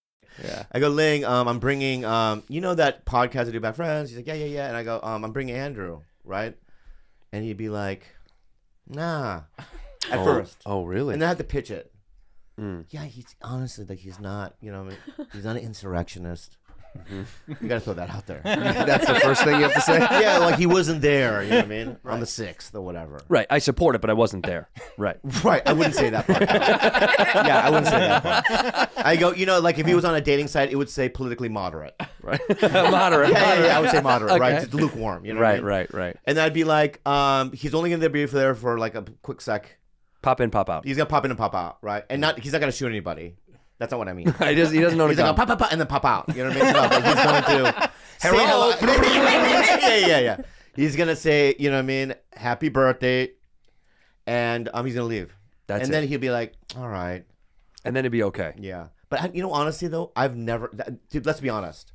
B: Yeah. I go, Ling, um, I'm bringing, um, you know that podcast I do about friends? He's like, yeah, yeah, yeah. And I go, um, I'm bringing Andrew, right? And he'd be like, nah, at
L: Oh,
B: first.
L: oh, really? Mm.
B: And then I had to pitch it. Yeah, he's honestly like he's not, you know, what I mean? he's not an insurrectionist. You gotta throw that out there.
L: Mm-hmm. That's the first thing you have to say?
B: Yeah, like he wasn't there. You know what I mean? On the sixth or whatever.
M: Right. I support it, but I wasn't there. Right.
B: Right. I wouldn't say that part. yeah, I wouldn't say that part. I go, you know, like if he was on a dating site, it would say politically moderate.
M: Right.
B: Yeah,
M: Moderate,
B: yeah, yeah, I would say
M: moderate.
B: moderate, right?
M: Okay.
B: Just lukewarm, you know.
M: Right,
B: what I mean?
M: right, right.
B: And then I'd be like, um, he's only gonna be there for like a quick sec.
M: Pop in, pop out.
B: He's gonna pop in and pop out, right? And not he's not gonna shoot anybody. That's not what I mean.
M: He doesn't- he doesn't know to
B: He's
M: come.
B: like, pop, pop, pop, and then pop out. You know what I mean? So, like, he's going to say
M: Hello.
B: hello. yeah, yeah, yeah. He's gonna say, you know what I mean, happy birthday, and um, he's gonna leave.
M: That's
B: and
M: it.
B: then he'll be like, all right.
M: And then it'd be okay.
B: Yeah. But I- you know, honestly though, I've never. That, dude, let's be honest.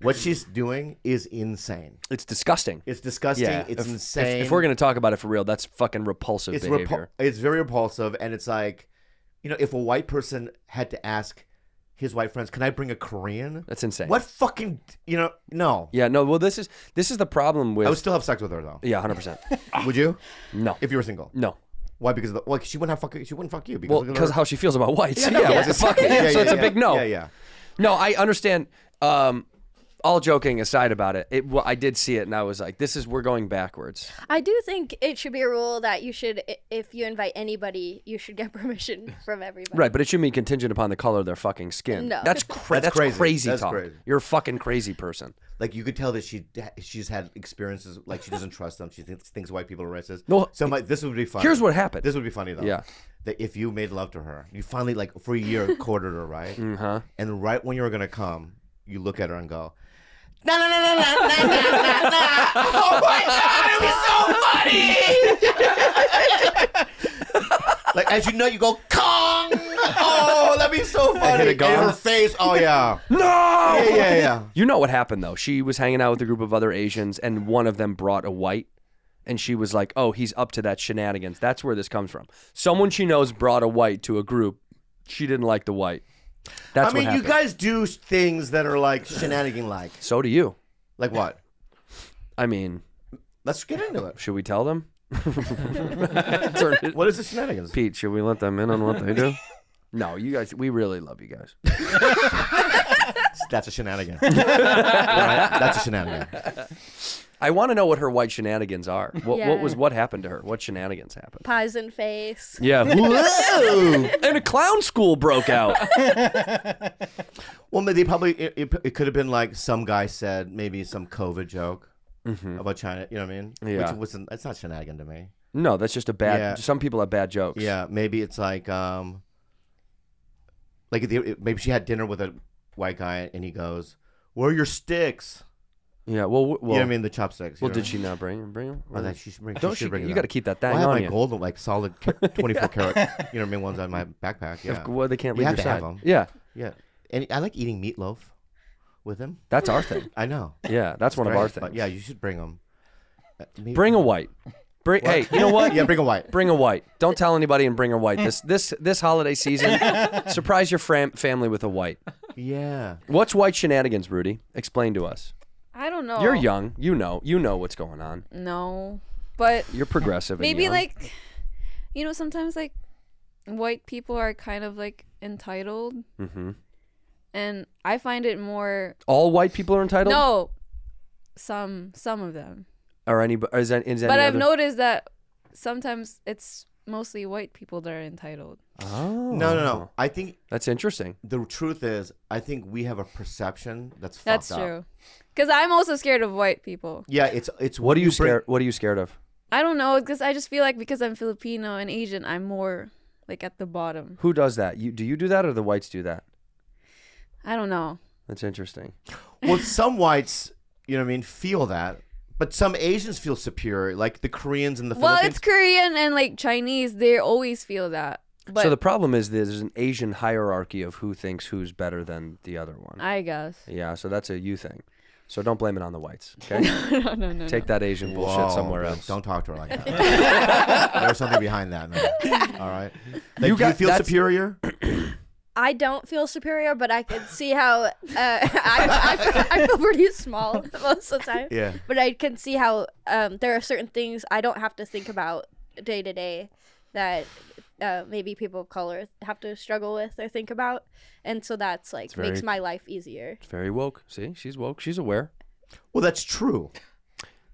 B: What she's doing is insane.
M: It's disgusting.
B: It's disgusting. It's
M: If- if-
B: insane.
M: If, we're gonna talk about it for real, that's fucking repulsive
B: it's
M: behavior.
B: repul- it's very repulsive, and it's like, you know, if a white person had to ask his white friends, "Can I bring a Korean?"
M: That's insane.
B: What fucking you know? No,
M: Yeah, no. Well, this is this is the problem with.
B: I would still have sex with her though.
M: Yeah, hundred percent.
B: Would you?
M: No.
B: If you were single.
M: No.
B: Why? Because of the, well, she wouldn't have fuck. She wouldn't fuck you. Because
M: Well,
B: look at
M: because
B: her-
M: how she feels about whites. Yeah,
B: no,
M: what the fuck?
B: Yeah,
M: so
B: yeah,
M: it's a
B: yeah.
M: big no.
B: Yeah, yeah.
M: No, I understand. Um, all joking aside about it, it well, I did see it and I was like, "This is we're going backwards."
F: I do think it should be a rule that you should, i- if you invite anybody, you should get permission from everybody.
M: Right, but it should be contingent upon the color of their fucking skin.
F: No.
M: That's, cra-
B: That's
M: that's,
B: crazy.
M: crazy.
B: That's
M: talk.
B: crazy.
M: You're a fucking crazy person.
B: Like you could tell that she she's had experiences like she doesn't trust them. She thinks, thinks white people are racist.
M: No,
B: so my, this would be funny.
M: here's what happened.
B: This would be funny though.
M: Yeah.
B: that if you made love to her, you finally like for a year courted her, right?
M: Mhm.
B: And right when you were gonna come, you look at her and go, No, no, no, no, no, no, no, no, no. Oh my god, it'd be so funny. like as you know, you go Kong. Oh, that'd be so funny.
N: hit a gong.
B: And her face. Oh yeah.
A: No.
B: Yeah, yeah, yeah.
A: You know what happened though? She was hanging out with a group of other Asians, and one of them brought a white, and she was like, "Oh, he's up to that shenanigans." That's where this comes from. Someone she knows brought a white to a group. She didn't like the white. That's
B: I mean,
A: what
B: you
A: happened.
B: guys do things that are like shenanigan like.
A: so do you.
B: Like what?
A: I mean,
B: Let's get into it.
A: should we tell them?
B: what is the shenanigans?
A: Pete, should we let them in on what they do? No, you guys. We really love you guys.
B: That's a shenanigan. Right? That's a shenanigan.
A: I want to know what her white shenanigans are. What,
F: Yeah.
A: what was what happened to her? What shenanigans happened?
F: Pies in face.
A: Yeah. Whoa! and a clown school broke out.
B: Well, maybe they probably it, it, it could have been like some guy said maybe some COVID joke about China. You know what I mean?
A: Mm. Yeah.
B: Which wasn't. That's not shenanigan to me.
A: No, that's just a bad.
B: Yeah.
A: Some people have bad jokes.
B: Yeah. Maybe it's like um, like the, it- maybe she had dinner with a white guy and he goes, "Where are your sticks?"
A: Yeah. Well, w- well
B: you know what I mean? The chopsticks. you
A: Well,
B: know?
A: did she not bring him? Bring him?
B: Oh, that she should bring.
A: Mm. Don't
B: she
A: she-
B: should bring it
A: you
B: up.
A: gotta keep that thing
B: Well, I have
A: on
B: my
A: you.
B: golden, like solid, ca- twenty-four karat. You know what I mean? Ones on my backpack. Yeah.
A: well, they can't
B: You
A: leave
B: have
A: your
B: to have
A: side.
B: them.
A: Yeah.
B: Yeah. And I like eating meatloaf with him.
A: That's our thing.
B: I know.
A: Yeah, that's one of our
B: Right, but
A: things.
B: yeah, you should bring them.
A: Bring a white. Bring.
B: What?
A: Hey, you know what?
B: yeah, bring a white.
A: Bring a white. Don't tell anybody and bring a white. This this this holiday season, surprise your fam- family with a white.
B: Yeah.
A: What's white shenanigans, Rudy? Explain to us.
E: I don't know.
A: You're young. You know. You know what's going on.
E: No, but
A: You're progressive. and
E: maybe
A: young.
E: like, you know, sometimes like white people are kind of like entitled,
A: Mhm.
E: and I find it more
A: all white people are entitled.
E: no, some some of them.
A: Or any? Is, that, is
E: but
A: any
E: I've
A: other-
E: noticed that sometimes it's mostly white people that are entitled.
A: Oh.
B: No, no, no. I think
A: That's interesting.
B: the truth is, I think we have a perception that's fucked
E: That's
B: up.
E: true. Because I'm also scared of white people.
B: Yeah, it's it's
A: What are you
B: bring-
A: scared? What are you scared of?
E: I don't know because I just feel like because I'm Filipino and Asian, I'm more like at the bottom.
A: Who does that? You do you do that or the whites do that?
E: I don't know.
A: That's interesting.
B: Well, some whites, you know what I mean, feel that, but some Asians feel superior, like the Koreans and the
E: well,
B: Philippines.
E: it's Korean and like Chinese. They always feel that. But
A: so the problem is there's an Asian hierarchy of who thinks who's better than the other one.
E: I guess.
A: yeah, so that's a you thing. So don't blame it on the whites. Okay.
E: no, no, no.
A: Take that Asian bullshit
B: Whoa,
A: somewhere
B: man,
A: else.
B: Don't talk to her like that. There's something behind that, man. All right. Like, you,
A: got-
B: you feel
A: that's-
B: superior?
F: I don't feel superior, but I can see how uh, I, I, I feel pretty small most of the time.
B: Yeah.
F: But I can see how um, there are certain things I don't have to think about day to day that uh, maybe people of color have to struggle with or think about, and so that's like
A: very-
F: makes my life easier.
A: It's very woke. See, she's woke. She's aware.
B: Well, that's true.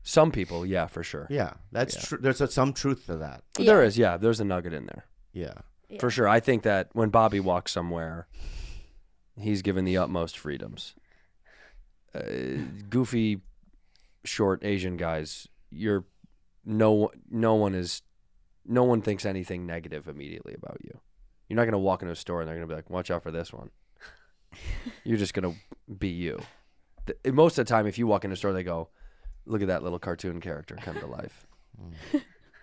A: Some people, yeah, for sure.
B: Yeah, that's true. There's a, some truth to that.
A: There is, yeah. There's a nugget in there.
B: Yeah.
A: For sure. I think that when Bobby walks somewhere, he's given the utmost freedoms. Uh, goofy, short Asian guys, you're no no one is no one thinks anything negative immediately about you. You're not gonna walk into a store and they're gonna be like, "Watch out for this one." you're just gonna be you. Th- eh, most of the time, if you walk into a store, they go, "Look at that little cartoon character come to life."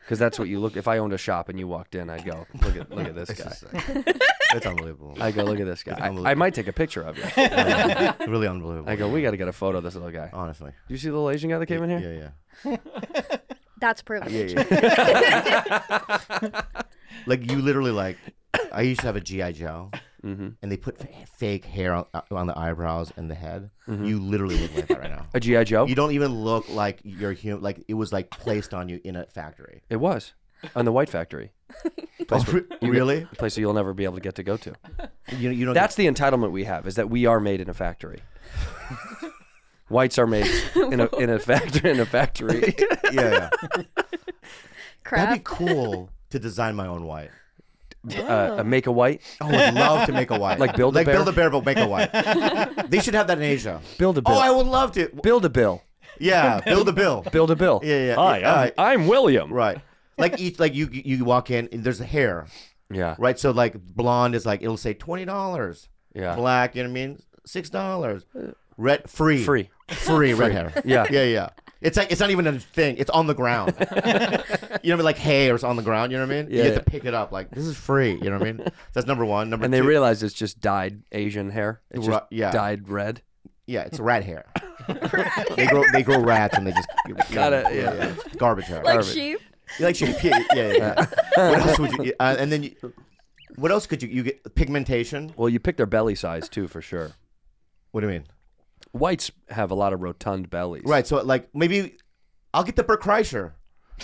A: Because that's what you look. If I owned a shop and you walked in, I'd go, "Look at look at this
B: It's
A: guy."
B: just like- it's unbelievable.
A: I go, look at this guy.
B: It's
A: I, I
B: unbelievable.
A: might take a picture of you.
B: really unbelievable.
A: I go, we got to get a photo of this little guy.
B: honestly.
A: Do you see the little Asian guy that came in here?
B: Yeah, yeah.
F: That's privilege.
B: Like you literally like. I used to have a GI Joe,
A: Mm-hmm.
B: and they put f- fake hair on, uh, on the eyebrows and the head.
A: Mm-hmm.
B: You literally look like that right now.
A: A GI Joe.
B: You don't even look like you're human. Like it was like placed on you in a factory.
A: it was on the White Factory,
B: Oh, re- really?
A: a place that you'll never be able to get to go to.
B: You you don't.
A: That's the entitlement we have: is that we are made in a factory. Whites are made in a in a factory in a factory.
B: yeah. yeah. That'd be
F: Crap.
B: cool to design my own white.
A: uh, a make a white.
B: Oh, I'd love to make a white.
A: Like Build-A-Bear?
B: Like build a bear, but make a white. they should have that in Asia.
A: Build a bill.
B: Oh, I would love to.
A: build a bill.
B: Yeah, build a bill.
A: Build a bill.
B: Yeah, yeah,
A: Hi,
B: yeah,
A: I'm, I'm William.
B: Right. Like each, like you, you walk in and there's a hair,
A: Yeah.
B: right? So like blonde is like it'll say twenty dollars.
A: Yeah.
B: Black, you know what I mean? Six dollars. Red free.
A: Free.
B: Free red hair.
A: Yeah.
B: Yeah, yeah. It's like it's not even a thing. It's on the ground. you know what I mean? Like hair is on the ground, you know what I mean?
A: Yeah,
B: you
A: yeah.
B: have to pick it up. Like this is free, you know what I mean? That's number one. Number
A: and
B: two.
A: they realize it's just dyed Asian hair. It's just
B: Ru- yeah.
A: dyed red.
B: yeah, it's rat hair. they grow they grow rats and they just you know,
A: Got it, yeah.
B: It's Garbage hair.
F: Like
B: Garbage.
F: sheep.
B: You like sheep. Yeah, yeah, yeah. yeah. what else would you? Uh, and then, you, what else could you? You get pigmentation.
A: Well, you pick their belly size too, for sure.
B: What do you mean?
A: Whites have a lot of rotund bellies.
B: Right. So, like, maybe I'll get the Bert Kreischer.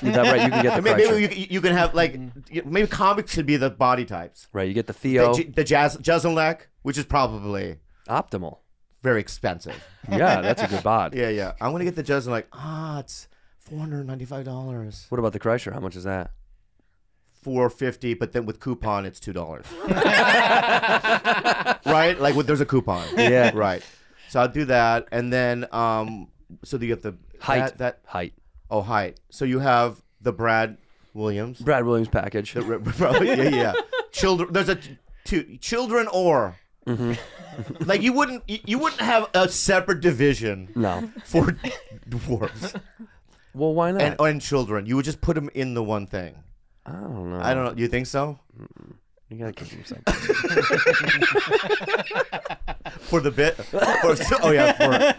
A: Is that right? You can get the
B: maybe,
A: Kreischer. Mm-hmm.
B: maybe you, you can have like you- maybe comics should be the body types.
A: Right. You get the
B: The,
A: Theo
B: J- the jazz Jazzalek, which is probably
A: optimal.
B: very expensive.
A: Yeah, that's a good bod.
B: yeah, yeah. I'm gonna get the Jazzalek. Ah, it's four hundred ninety five dollars.
A: What about the Kreischer? How much is that?
B: Four fifty, but then with coupon it's two dollars. right? Like with, there's a coupon.
A: Yeah.
B: Right. So I'll do that, and then um, so you get the
A: Height.
B: that, that
A: Height.
B: oh height. So you have the Brad Williams.
A: Brad Williams package.
B: The re- probably- yeah, yeah. Children. There's a t- two children or. like you wouldn't you, you wouldn't have a separate division
A: No.
B: for dwarves
A: Well, why not?
B: and and children. You would just put them in the one thing.
A: I don't know.
B: I don't know. You think so?
A: You gotta give him something.
B: For the bit? For, oh yeah,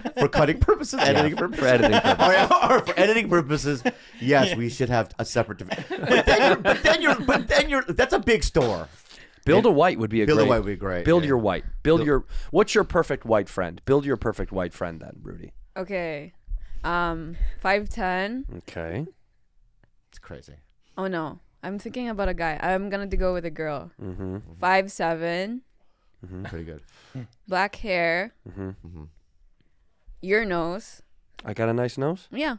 B: for, for cutting purposes, editing purposes.
A: for editing purposes.
B: Oh, yeah, or for editing purposes, yes, we should have a separate. divi- But then, you're, but then you're, but then you're. That's a big store.
A: Build a white would be a
B: Build a
A: great.
B: white would be great,
A: Build
B: yeah.
A: your white. Build
B: Build-
A: your. What's your perfect white friend? Build your perfect white friend then, Rudy.
E: Okay. Um, five ten.
A: Okay.
B: It's crazy.
E: Oh no, I'm thinking about a guy. I'm gonna go with a girl.
A: Mm-hmm.
E: Five seven,
B: Pretty good.
E: black hair,
A: Mm-hmm.
E: your nose.
A: I got a nice nose.
E: Yeah.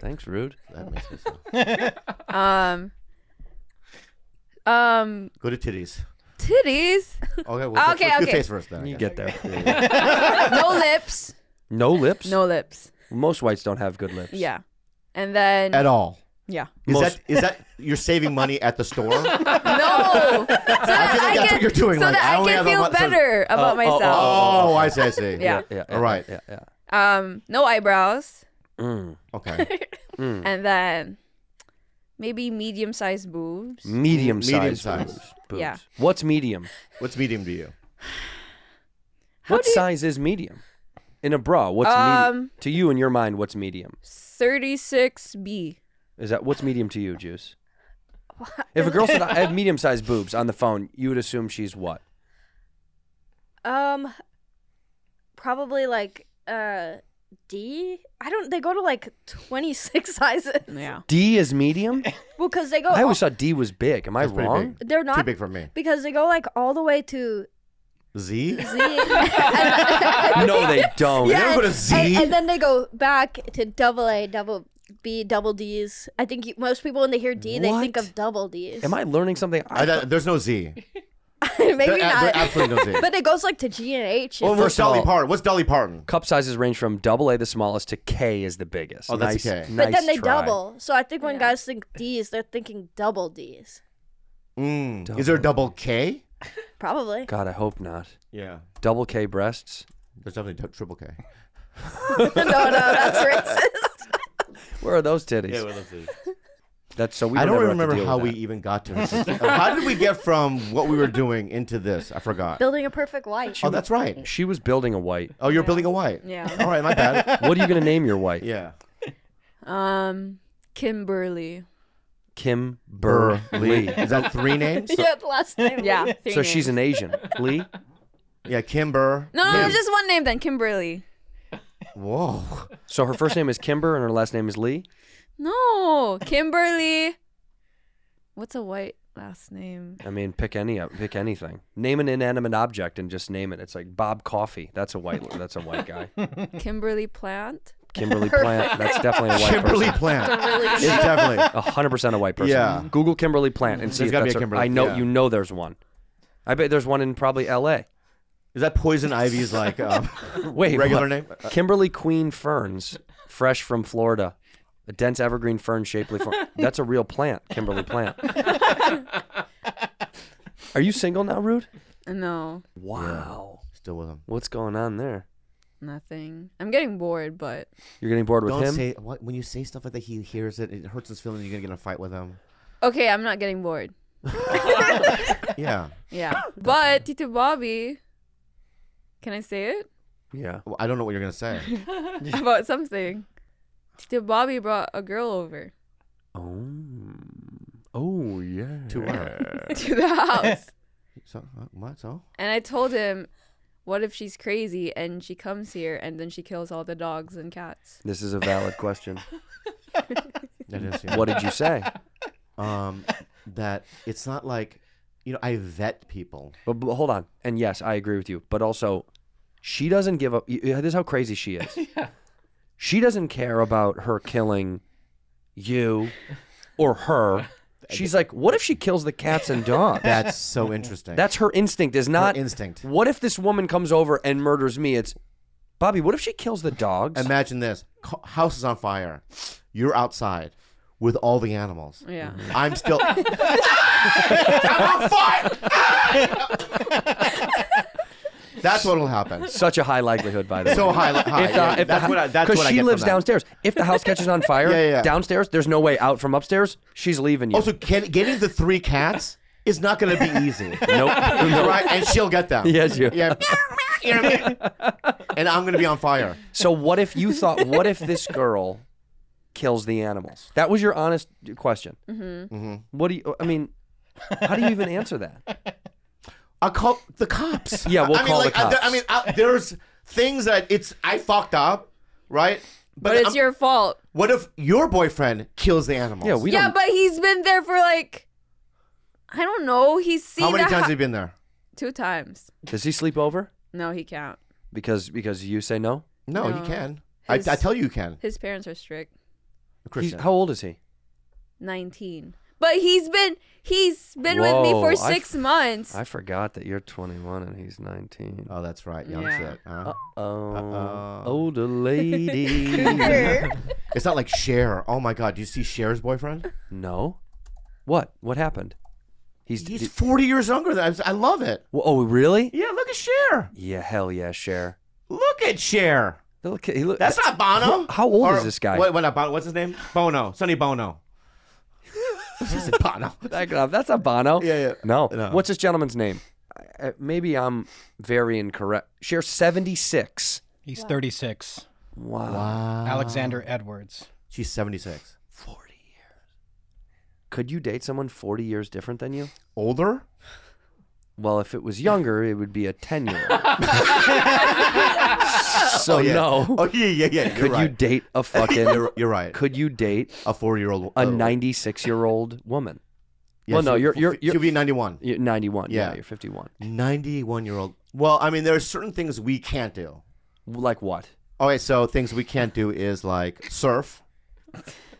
A: Thanks, Rude.
B: That makes me so.
E: Um. Um.
B: Go to titties.
E: Titties.
B: Okay. Well,
E: Okay,
B: first,
E: okay.
B: Good face first. Then
A: You
B: okay.
A: get there.
E: No lips.
A: No lips.
E: No lips.
A: Most whites don't have good lips.
E: Yeah. And
F: Mm.
E: then.
B: at all.
E: Yeah.
B: Is
A: Most-
B: that is that you're saving money at the store? I
E: No. So that
B: feel like that's what you're doing.
E: so
B: like,
E: that I,
B: only
E: can
B: have a
E: feel
B: month- so-
E: better about myself.
B: Oh, I see. I see.
E: Yeah.
A: Yeah.
B: All right.
A: Yeah. Yeah.
E: Um, no eyebrows,
A: Mm.
B: Okay.
E: and then maybe medium-sized boobs.
A: Medium size.
B: Medium size.
E: Yeah.
A: What's medium?
B: What's medium to you?
A: what size is medium? In a bra, what's medium?
E: Um,
A: To you in your mind, what's medium?
E: Thirty-six B.
A: Is that what's medium to you, Juice? If a girl said I have medium sized boobs on the phone, you would assume she's what?
F: Um, probably like uh D. I don't. They go to like twenty six sizes.
E: Yeah.
A: D is medium?
F: Well, because they go.
A: I
F: all-
A: always thought D was big. Am I
B: That's pretty
A: wrong?
B: big.
F: they're not
B: Too big for me.
F: because they go like all the way to
B: Z.
F: Z. and,
A: No, Oh, they don't.
B: You ever go to Z?
F: and, and then they go back to double A, double B, double D's. I think you, most people when they hear D, they think
A: What?
F: of double D's.
A: Am I learning something?
B: I, don't- there's no Z.
F: Maybe
B: There- there
F: not.
B: absolutely no Z.
F: but it goes like to G and H.
B: Well,
F: It's-
B: what's
A: First of
B: Dolly
A: all-
B: Parton? What's Dolly Parton?
A: Cup sizes range from double A, the smallest, to K is the biggest.
B: Oh, that's
A: nice,
B: K.
F: but
A: nice
F: then they
A: try.
F: double. So I think when
E: Yeah.
F: guys think D's, they're thinking double D's.
B: Mm. Is there a double K?
F: Probably.
A: God, I hope not.
B: Yeah.
A: Double K breasts.
B: There's definitely t- triple K.
F: no, no, that's racist.
A: Where are those titties? That's so we.
B: I
A: would
B: don't
A: never have to
B: remember
A: deal
B: how we
A: with that.
B: even got to this. how did we get from what we were doing into this? I forgot.
F: Building a perfect wife.
B: Oh, that's right.
A: She was building a white.
B: Oh, you're building a white.
E: Yeah.
B: All right, my bad.
A: What are you gonna name your white?
B: Yeah.
E: Um, Kimberly.
A: Kim Burr
B: Burley.
A: Lee.
B: Is that three names?
F: yeah, the last name.
E: Yeah.
A: So she's an Asian. Lee.
B: Yeah, Kimber.
E: No, no, no,
B: Lee.
E: just one name then, Kimberly.
B: Whoa.
A: So her first name is Kimber and her last name is Lee.
E: No, Kimberly. What's a white last name?
A: I mean, pick any pick anything. Name an inanimate object and just name it. It's like Bob Coffee. That's a white. That's a white guy.
E: Kimberly Plant.
A: Kimberly Plant. That's definitely a white
B: Kimberly
A: person.
B: Plant. It's definitely.
A: A hundred percent a white person.
B: Yeah.
A: Google Kimberly Plant and see
B: There's
A: if
B: gotta be
A: that's
B: a
A: her-
B: Kimberly-
A: I know
B: yeah.
A: you know there's one. I bet there's one in probably L.A.
B: Is that Poison Ivy's like um,
A: Wait,
B: regular
A: what?
B: name?
A: Kimberly Queen Ferns, fresh from Florida. A dense evergreen fern shapely form. That's a real plant, Kimberly Plant. Are you single now, Rude?
E: No.
A: Wow.
B: Still with him.
A: What's going on there?
E: Nothing. I'm getting bored, but
A: You're getting bored with
B: Don't
A: him.
B: say what, when you say stuff like that. He hears it. It hurts his feelings. You're gonna get in a fight with him.
E: okay, I'm not getting bored.
B: Yeah.
E: Yeah, but Tito Bobby, can I say it
A: Yeah.
B: Well, I don't know what you're gonna say.
E: about something? Tito Bobby brought a girl over
A: Oh. Oh yeah.
B: To her.
E: to the house.
B: so uh, what? So
E: And I told him, what if she's crazy and she comes here and then she kills all the dogs and cats?
A: This is a valid question.
B: that is. yeah.
A: What did you say?
B: Um, that it's not like, you know, I vet people.
A: But, but hold on. And yes, I agree with you. But also, she doesn't give up. y- y- This is how crazy she is. She doesn't care about her killing you or her. She's like, what if she kills the cats and dogs?
B: That's so interesting.
A: That's her instinct. Is not
B: instinct.
A: What if this woman comes over and murders me? It's Bobby. What if she kills the dogs?
B: Imagine this: Co- house is on fire. You're outside with all the animals. Mm-hmm.
E: Yeah.
B: I'm still.
D: I'm on fire!
B: That's what'll happen.
A: Such a high likelihood, by uh, the way.
B: So high- high, yeah. That's what I- that's
A: Because
B: what I
A: she
B: get from
A: lives
B: that.
A: downstairs. If the house catches on fire,
B: Yeah, yeah, yeah.
A: downstairs, there's no way out from upstairs. She's leaving you.
B: Also, can, getting the three cats is not going to be easy.
A: nope.
B: right? And she'll get them.
A: Yes, you-
B: Yeah. You know what I mean? And I'm going to be on fire.
A: So what if you thought? What if this girl kills the animals? That was your honest question.
E: Mm-hmm.
A: What do you? I mean, how do you even answer that?
B: I'll call the cops.
A: Yeah, we'll
B: I mean,
A: call
B: like,
A: the cops.
B: I, I mean, I, there's things that it's I fucked up, right?
E: But, it's
B: I'm-
E: your fault.
B: What if your boyfriend kills the animals?
A: Yeah, we
E: yeah,
A: don't.
E: but he's been there for like, I don't know. He's seen
B: How many
E: the
B: times
E: hou-
B: have you been there?
E: Two times.
A: Does he sleep over?
E: No, he can't.
A: Because because you say no.
B: No,
E: No.
B: you can. I,
E: His-
B: I tell you, you can.
E: His parents are strict.
A: He's,
B: Christian.
A: how old is he?
E: 19. But he's been he's been with me
A: Whoa,
E: for
A: I
E: 6
A: f-
E: months.
A: I forgot that you're 21 and he's 19.
B: oh, that's right. Young
E: Yeah.
B: shit. Huh?
A: Uh oh,
B: Uh-oh.
A: older lady.
B: It's not like Cher. Oh my God. Do you see Cher's
A: Uh,
B: boyfriend?
A: no, what? What happened? He's.
B: He's
A: did-
B: 40 years younger than I, I love it.
A: Whoa, oh, really?
B: Yeah, look at Cher.
A: Yeah, hell yeah, Cher.
B: Look at Cher.
A: Look, he look,
B: That's not Bono.
A: Wh- how old
B: Or-
A: is this guy?
B: What, what, not Bono? What's his name? Bono. Sonny Bono. He said Bono.
A: Back it up. That's not Bono.
B: Yeah, yeah.
A: No.
B: No.
A: What's this gentleman's name? I- I- Maybe I'm very incorrect. Share 76.
O: He's 36.
A: Wow.
B: Wow.
O: Alexander Edwards.
B: Uh, She's 76.
A: 40 years. Could you date someone 40 years different than you?
B: Older?
A: Well, if it was younger, it would be a 10 year old. so,
B: Oh, yeah.
A: no.
B: Oh, yeah, yeah, yeah. You're
A: could you
B: right.
A: date a fucking.
B: You're, you're right. Oh.
A: could you date
B: a 40 year old.
A: a 96 year old woman?
B: Yeah,
A: well, no,
B: she-
A: you're- you're- you're-
B: She'll be 91.
A: You're 91. Yeah.
B: Yeah.
A: you're 51.
B: 91 year old. Well, I mean, there are certain things we can't do.
A: Like what?
B: Okay, so things we can't do is like surf.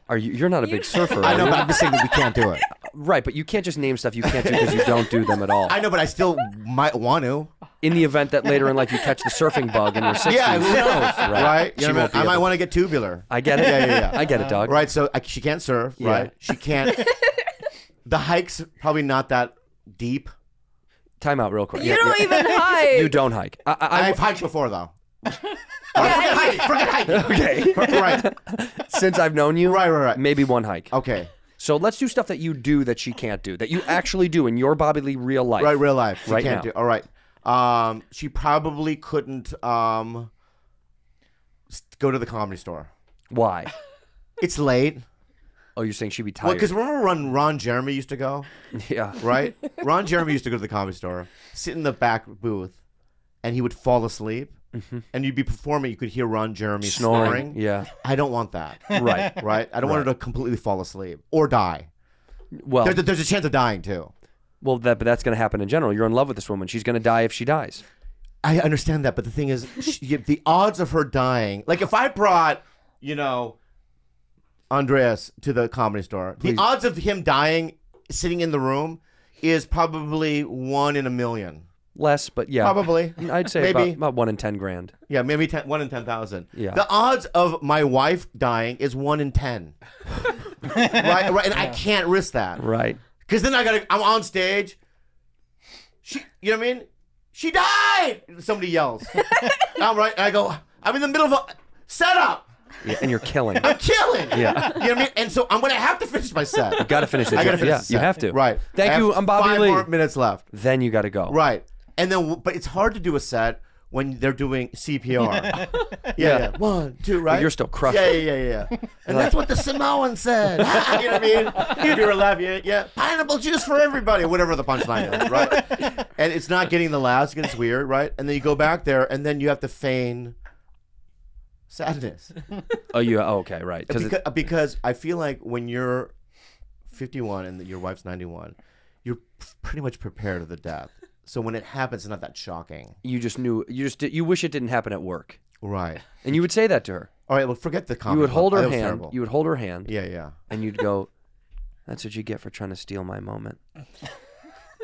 A: Are you? You're not a big surfer.
B: I
A: are
B: know,
A: you?
B: but I'm just saying that we can't do it.
A: Right, but you can't just name stuff you can't do because you don't do them at all.
B: I know, but I still might want to.
A: In the event that later in life you catch the surfing bug in your 60s.
B: Yeah, who knows,
A: Right.
B: right?
A: She
B: You know,
A: won't
B: what I,
A: be
B: mean? I might
A: able-
B: want to get tubular.
A: I get it.
B: Yeah, yeah, yeah.
A: I get it, dog.
B: Right, so I, she can't surf,
A: Yeah.
B: right? She can't. the hike's probably not that deep.
A: Time out real quick.
E: you don't even hike.
A: You don't hike. I, I,
B: I,
A: I-
B: have hiked before, though. All right, forget hiking.
A: Okay.
B: Forget hiking. right.
A: Since I've known you,
B: Right, Oh. right, right.
A: maybe one hike.
B: Okay.
A: So let's do stuff that you do that she can't do, that you actually do in your Bobby Lee real life.
B: Right, real life. She
A: Right
B: can't
A: now.
B: do. All right. Um, she probably couldn't um s- go to the comedy store.
A: Why?
B: It's late.
A: Oh, you're saying she'd be
B: Well,
A: tired.
B: because remember when Ron Jeremy used to go,
A: yeah.
B: right? Ron Jeremy used to go to the comedy store, sit in the back booth, and he would fall asleep. And you'd be performing, you could hear Ron Jeremy
A: Mm-hmm. Snoring.
B: snoring.
A: Yeah.
B: I don't want that.
A: Right.
B: right? I don't want her to completely fall asleep or die.
A: Well,
B: There's a, there's a chance of dying too.
A: well, that but that's going to happen in general. You're in love with this woman. She's going to die if she dies.
B: I understand that, but the thing is, she, the odds of her dying. Like if I brought, you know, Andreas to the comedy store,
A: Please.
B: the odds of him dying sitting in the room is probably one in a million.
A: Less, but yeah.
B: Probably.
A: I'd say
B: Maybe.
A: about, about one in 10 grand.
B: Yeah, maybe 10, one in ten thousand.
A: Yeah.
B: The odds of my wife dying is one in ten. right, right, and I can't risk that.
A: Right.
B: Because then I gotta, I'm on stage. She, you know what I mean? She died. Somebody yells. I'm right. and I go, I'm in the middle of a setup.
A: Yeah, and you're killing.
B: I'm killing.
A: Yeah.
B: You know what I mean? And so I'm going to have to finish my set.
A: You gotta finish it,
B: I got
A: yeah.
B: to finish
A: Yeah,
B: the
A: you
B: set.
A: have to.
B: Right.
A: Thank
B: I
A: you,
B: have
A: I'm Bobby
B: five
A: Lee.
B: more minutes left.
A: Then you got to go.
B: Right. And then, but it's hard to do a set when they're doing CPR. yeah,
A: Yeah.
B: yeah. One, two, right?
A: you're still crushing.
B: Yeah, yeah, yeah, yeah. And that's what the Samoan said. you know what I mean? You're alive, yeah, yeah. Pineapple juice for everybody, whatever the punchline is, right? And it's not getting the laughs, it's weird, right? And then you go back there, and then you have to feign sadness.
A: Oh, you oh, okay? Right. Because
B: Because, because I feel like when you're 51 and your wife's 91, you're p- pretty much prepared for the death. So when it happens, it's not that shocking.
A: you just knew. You just did, you wish it didn't happen at work,
B: Right.
A: and you would say that to her.
B: All right, well, forget the comedy.
A: you would
B: club.
A: hold her
B: That was
A: hand.
B: terrible.
A: You would hold her hand.
B: Yeah, yeah.
A: And you'd go. That's what you get for trying to steal my moment.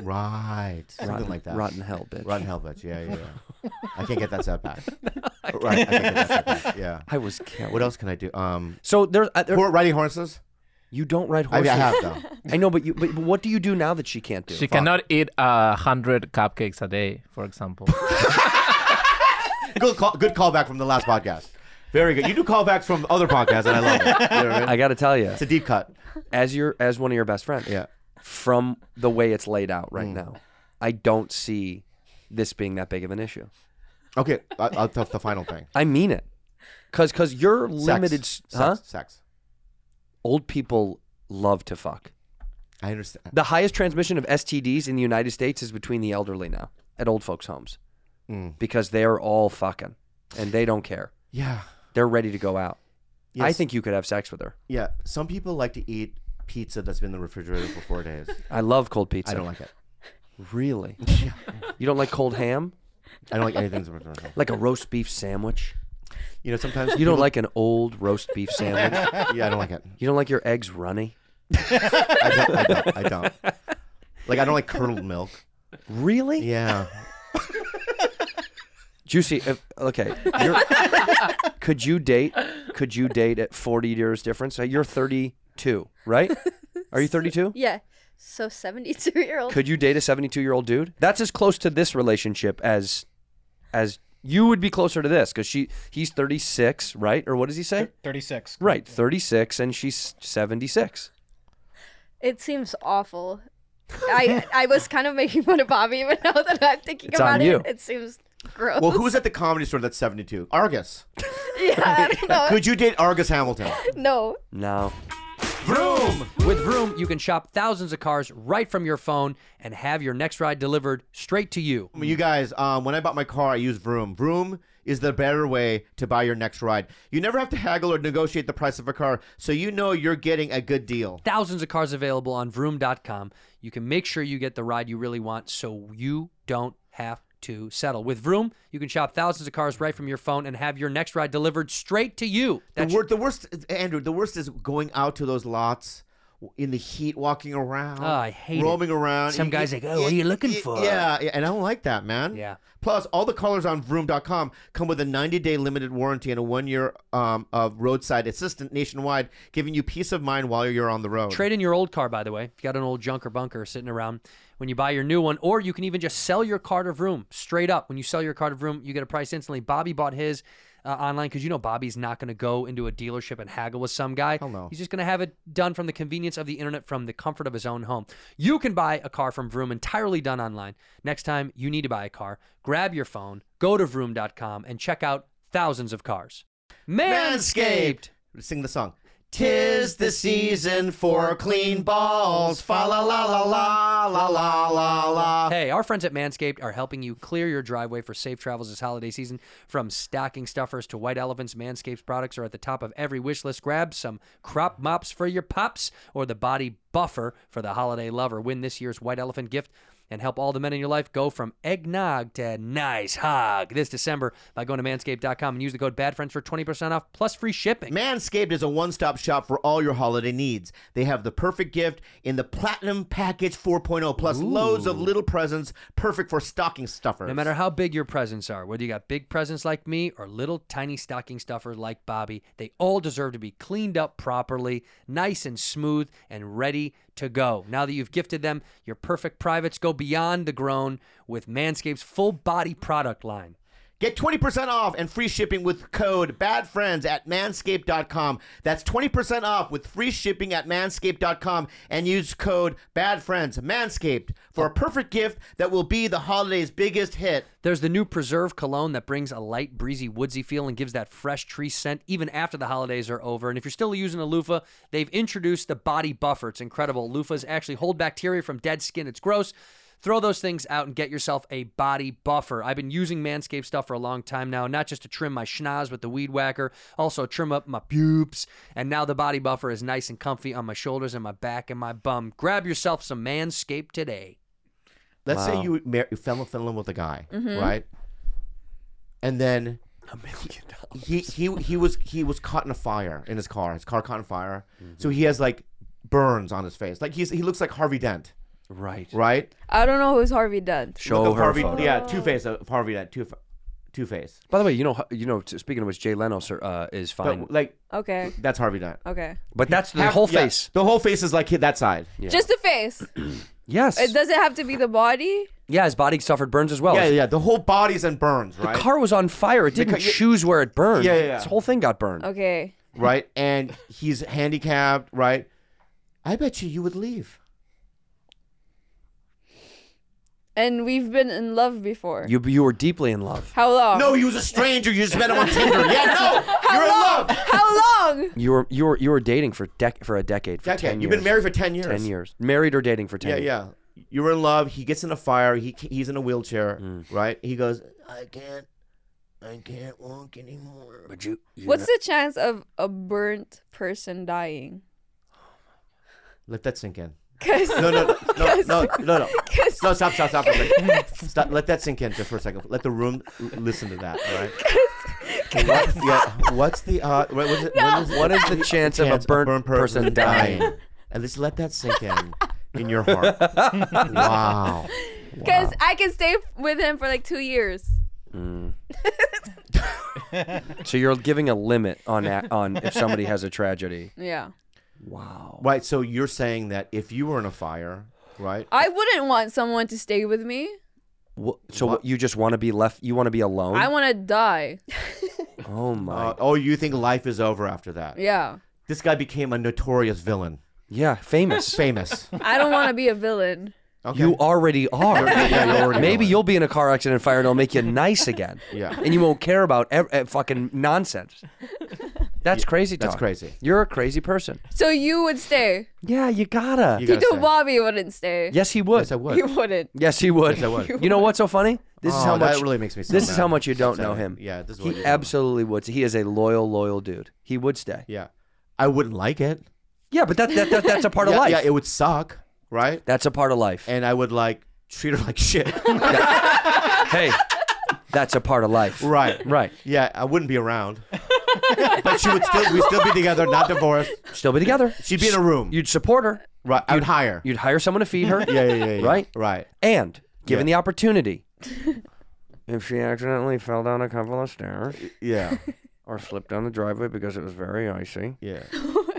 B: Right. Something
A: Rotten-
B: like that.
A: rotten hell, bitch.
B: Rotten hell, bitch. Yeah, yeah, yeah. I can't get that set back. right. I can't get that set back. Yeah.
A: I was killing.
B: What else can I do? Um,
A: So there, uh, there
B: Hor- riding horses?
A: you don't ride
B: I, mean,
A: horses.
B: I have, though.
A: I know, but you. But what do you do now that she can't do?
G: She cannot eat a hundred cupcakes a day, for example.
B: Good, call, good callback from the last podcast. Very good. You do callbacks from other podcasts, and I love it. You know what I mean?
A: I got to tell you,
B: It's a deep cut.
A: as your as one of your best friends,
B: Yeah.
A: from the way it's laid out
B: Hmm.
A: right now, I don't see this being that big of an issue.
B: Okay, I, I'll tell the final thing.
A: I mean it, because because you're
B: Sex.
A: limited. s-
B: Sex.
A: Huh?
B: Sex.
A: Old people love to fuck.
B: I understand.
A: The highest transmission of STDs in the United States is between the elderly now at old folks' homes
B: Mm.
A: because they are all fucking and they don't care.
B: Yeah.
A: They're ready to go out. I
B: Yes.
A: think you could have sex with her.
B: Yeah. Some people like to eat pizza that's been in the refrigerator for four days.
A: I love cold pizza.
B: I don't like it.
A: Really? You don't like cold ham?
B: I don't like anything that's in the refrigerator.
A: Like a roast beef sandwich?
B: You know, sometimes
A: You don't
B: people-
A: like an old roast beef sandwich?
B: Yeah, I don't like it.
A: You don't like your eggs runny?
B: I don't. I don't. I don't. Like I don't like curdled milk.
A: Really?
B: Yeah.
A: Juicy. If, okay. You're, could you date? Could you date at 40 years difference? Uh, You're 32, right? Are you 32?
F: Yeah. So 72 year old.
A: Could you date a 72 year old dude? That's as close to this relationship as as you would be closer to this because she he's 36, right? Or what does he say?
O: 36.
A: Right, 36, and she's 76.
F: It seems awful. I I was kind of making fun of Bobby, but now that I'm thinking
A: It's
F: about
A: on
F: it,
A: you.
F: it seems gross.
B: Well, who's at the comedy store that's seventy-two? Argus.
F: yeah, I don't know.
B: Could you date Argus Hamilton?
F: no.
A: No.
B: Vroom.
J: With Vroom, you can shop thousands of cars right from your phone and have your next ride delivered straight to you.
B: I mean, You guys, um, when I bought my car, I used Vroom. Vroom is the better way to buy your next ride. You never have to haggle or negotiate the price of a car, so you know you're getting a good deal.
J: Thousands of cars available on Vroom.com. You can make sure you get the ride you really want so you don't have to settle. With Vroom, you can shop thousands of cars right from your phone and have your next ride delivered straight to you.
B: The,
J: That's
B: wor- the worst, Andrew. The worst is going out to those lots in the heat, walking around.
J: Oh, I hate it.
B: roaming around.
J: Some guy's like, "Oh, what are you looking
B: y-
J: for?"
B: Yeah, yeah, and I don't like that, man.
J: Yeah.
B: Plus, all the colors on Vroom.com come with a 90-day limited warranty and a one-year um, of roadside assistance nationwide, giving you peace of mind while you're on the road.
J: Trade in your old car, by the way. If you got an old junk or bunker sitting around when you buy your new one, or you can even just sell your car to Vroom straight up. When you sell your car to Vroom, you get a price instantly. Bobby bought his uh, online because you know Bobby's not going to go into a dealership and haggle with some guy.
B: Hell no.
J: He's just going to have it done from the convenience of the internet, from the comfort of his own home. You can buy a car from Vroom entirely done online. Next time you need to buy a car, grab your phone, go to Vroom.com, and check out thousands of cars. Manscaped.
B: Sing the song. Tis the season for clean balls. Fa la la la la la la la la.
J: Hey, our friends at Manscaped are helping you clear your driveway for safe travels this holiday season. From stocking stuffers to white elephants, Manscaped's products are at the top of every wish list. Grab some crop mops for your pops or the body buffer for the holiday lover. Win this year's white elephant gift and help all the men in your life go from eggnog to nice hog this December by going to manscaped.com and use the code BADFRIENDS for 20% off plus free shipping.
B: Manscaped is a one stop shop for all your holiday needs. They have the perfect gift in the Platinum Package 4.0, plus loads of little presents perfect for stocking stuffers.
J: No matter how big your presents are, whether you got big presents like me or little tiny stocking stuffers like Bobby, they all deserve to be cleaned up properly, nice and smooth, and ready to go. Now that you've gifted them, your perfect privates go beyond the groan with Manscaped's full body product line.
B: Get 20% off and free shipping with code BADFRIENDS at manscaped.com. That's 20% off with free shipping at manscaped.com and use code BADFRIENDS, Manscaped, for a perfect gift that will be the holiday's biggest hit.
J: There's the new Preserve cologne that brings a light, breezy, woodsy feel and gives that fresh tree scent even after the holidays are over. And if you're still using a loofah, they've introduced the Body Buffer. It's incredible. Loofahs actually hold bacteria from dead skin. It's gross. Throw those things out and get yourself a body buffer. I've been using Manscaped stuff for a long time now, not just to trim my schnoz with the weed whacker, also trim up my pubes. And now the body buffer is nice and comfy on my shoulders and my back and my bum. Grab yourself some Manscaped today.
B: Let's
J: Wow.
B: say you, mar- you fell, fell in love with a guy,
J: Mhm.
B: right? And then He he he was he was caught in a fire in his car. His car caught in fire, so he has like burns on his face. Like he's he looks like Harvey Dent.
J: Right.
B: Right.
E: I don't know who's Harvey Dent.
B: Look up Harvey, Yeah, Two Face of Harvey Dent. Two Two Face.
A: By the way, you know, you know. Speaking of which, Jay Leno sir, uh, is fine.
B: But, like,
E: Okay.
B: that's Harvey Dent.
E: Okay.
A: But that's the
B: Half-
A: whole
B: yeah,
A: face.
B: the whole face is like that side.
E: Just the face.
A: yes.
E: It doesn't have to be the body.
A: yeah, his body suffered burns as well.
B: Yeah, yeah. The whole body's in burns. Right.
A: The car was on fire. It
B: The
A: didn't
B: ca- yeah.
A: choose where it burned.
B: Yeah, yeah, yeah.
A: This whole thing got burned.
E: Okay.
B: right? And he's handicapped, right? I bet you you would leave.
E: And we've been in love before.
A: You you were deeply in love.
E: How long?
B: No, you was a stranger. You just met him on Tinder. Yeah, no, you're in love.
E: How long?
A: You were you were you were dating for dec- for a decade. For
B: Decade.
A: 10
B: You've been
A: years.
B: married for 10 years.
A: Ten years. Married or dating for ten.
B: Yeah,
A: years.
B: yeah. You were in love. He gets in a fire. He he's in a wheelchair,
A: Mm.
B: right? He goes, I can't, I can't walk anymore.
A: But you,
E: What's the chance of a burnt person dying?
B: Let that sink in.
E: 'Cause-
B: no, no, no, no, no, no, no.
E: 'Cause-
B: No, stop, stop, stop, for a second. stop. Let that sink in just for a second. Let the room l- listen to that. All right. What, yeah, what's the uh, what, was it, what, is,
A: What is the chance of a burnt person dying?
B: At least let that sink in in your heart. wow.
E: Because I can stay with him for like two years.
A: Mm. so you're giving a limit on a- on if somebody has a tragedy.
E: Yeah.
A: Wow.
B: Right. So you're saying that if you were in a fire, right?
E: I wouldn't want someone to stay with me.
A: Wha- So what? you just want to be left. You want to be alone.
E: I want to die.
A: oh my.
B: Uh, oh, you think life is over after that?
E: Yeah.
B: This guy became a notorious villain.
A: Yeah, famous.
B: famous.
E: I don't want to be a villain.
A: You already are.
B: Yeah, you're already
A: Maybe you'll be in a car accident fire and it'll make you nice again.
B: Yeah.
A: And you won't care about ev- eh, fucking nonsense. That's crazy
B: that's
A: talk.
B: crazy.
A: You're a crazy person.
E: So you would stay.
A: Yeah, you gotta.
E: Tito Bobby wouldn't stay.
A: Yes, he would.
B: Yes, I would.
E: He wouldn't.
A: Yes, he would.
B: Yes, I would.
A: You know what's so funny? This is
B: Oh,
A: how
B: that
A: much
B: really makes me so
A: This is
B: mad.
A: how much you don't
B: So,
A: know him.
B: yeah, this is what
A: he
B: you don't know.
A: absolutely would. He is a loyal, loyal dude. He would stay.
B: Yeah, I wouldn't like it.
A: Yeah, but that, that, that that's a part of
B: yeah,
A: life.
B: Yeah, it would suck, right?
A: That's a part of life.
B: And I would like treat her like shit.
A: hey, that's a part of life.
B: right.
A: Right.
B: Yeah, I wouldn't be around. but she would still we'd still be together, not divorced.
A: Still be together.
B: She'd be in a room.
A: You'd support her.
B: Right. I would hire.
A: You'd hire someone to feed her.
B: yeah, yeah, yeah, yeah.
A: Right?
B: Right.
A: And given the opportunity, if she accidentally fell down a couple of stairs
B: Yeah.
A: or slipped down the driveway because it was very icy,
B: Yeah.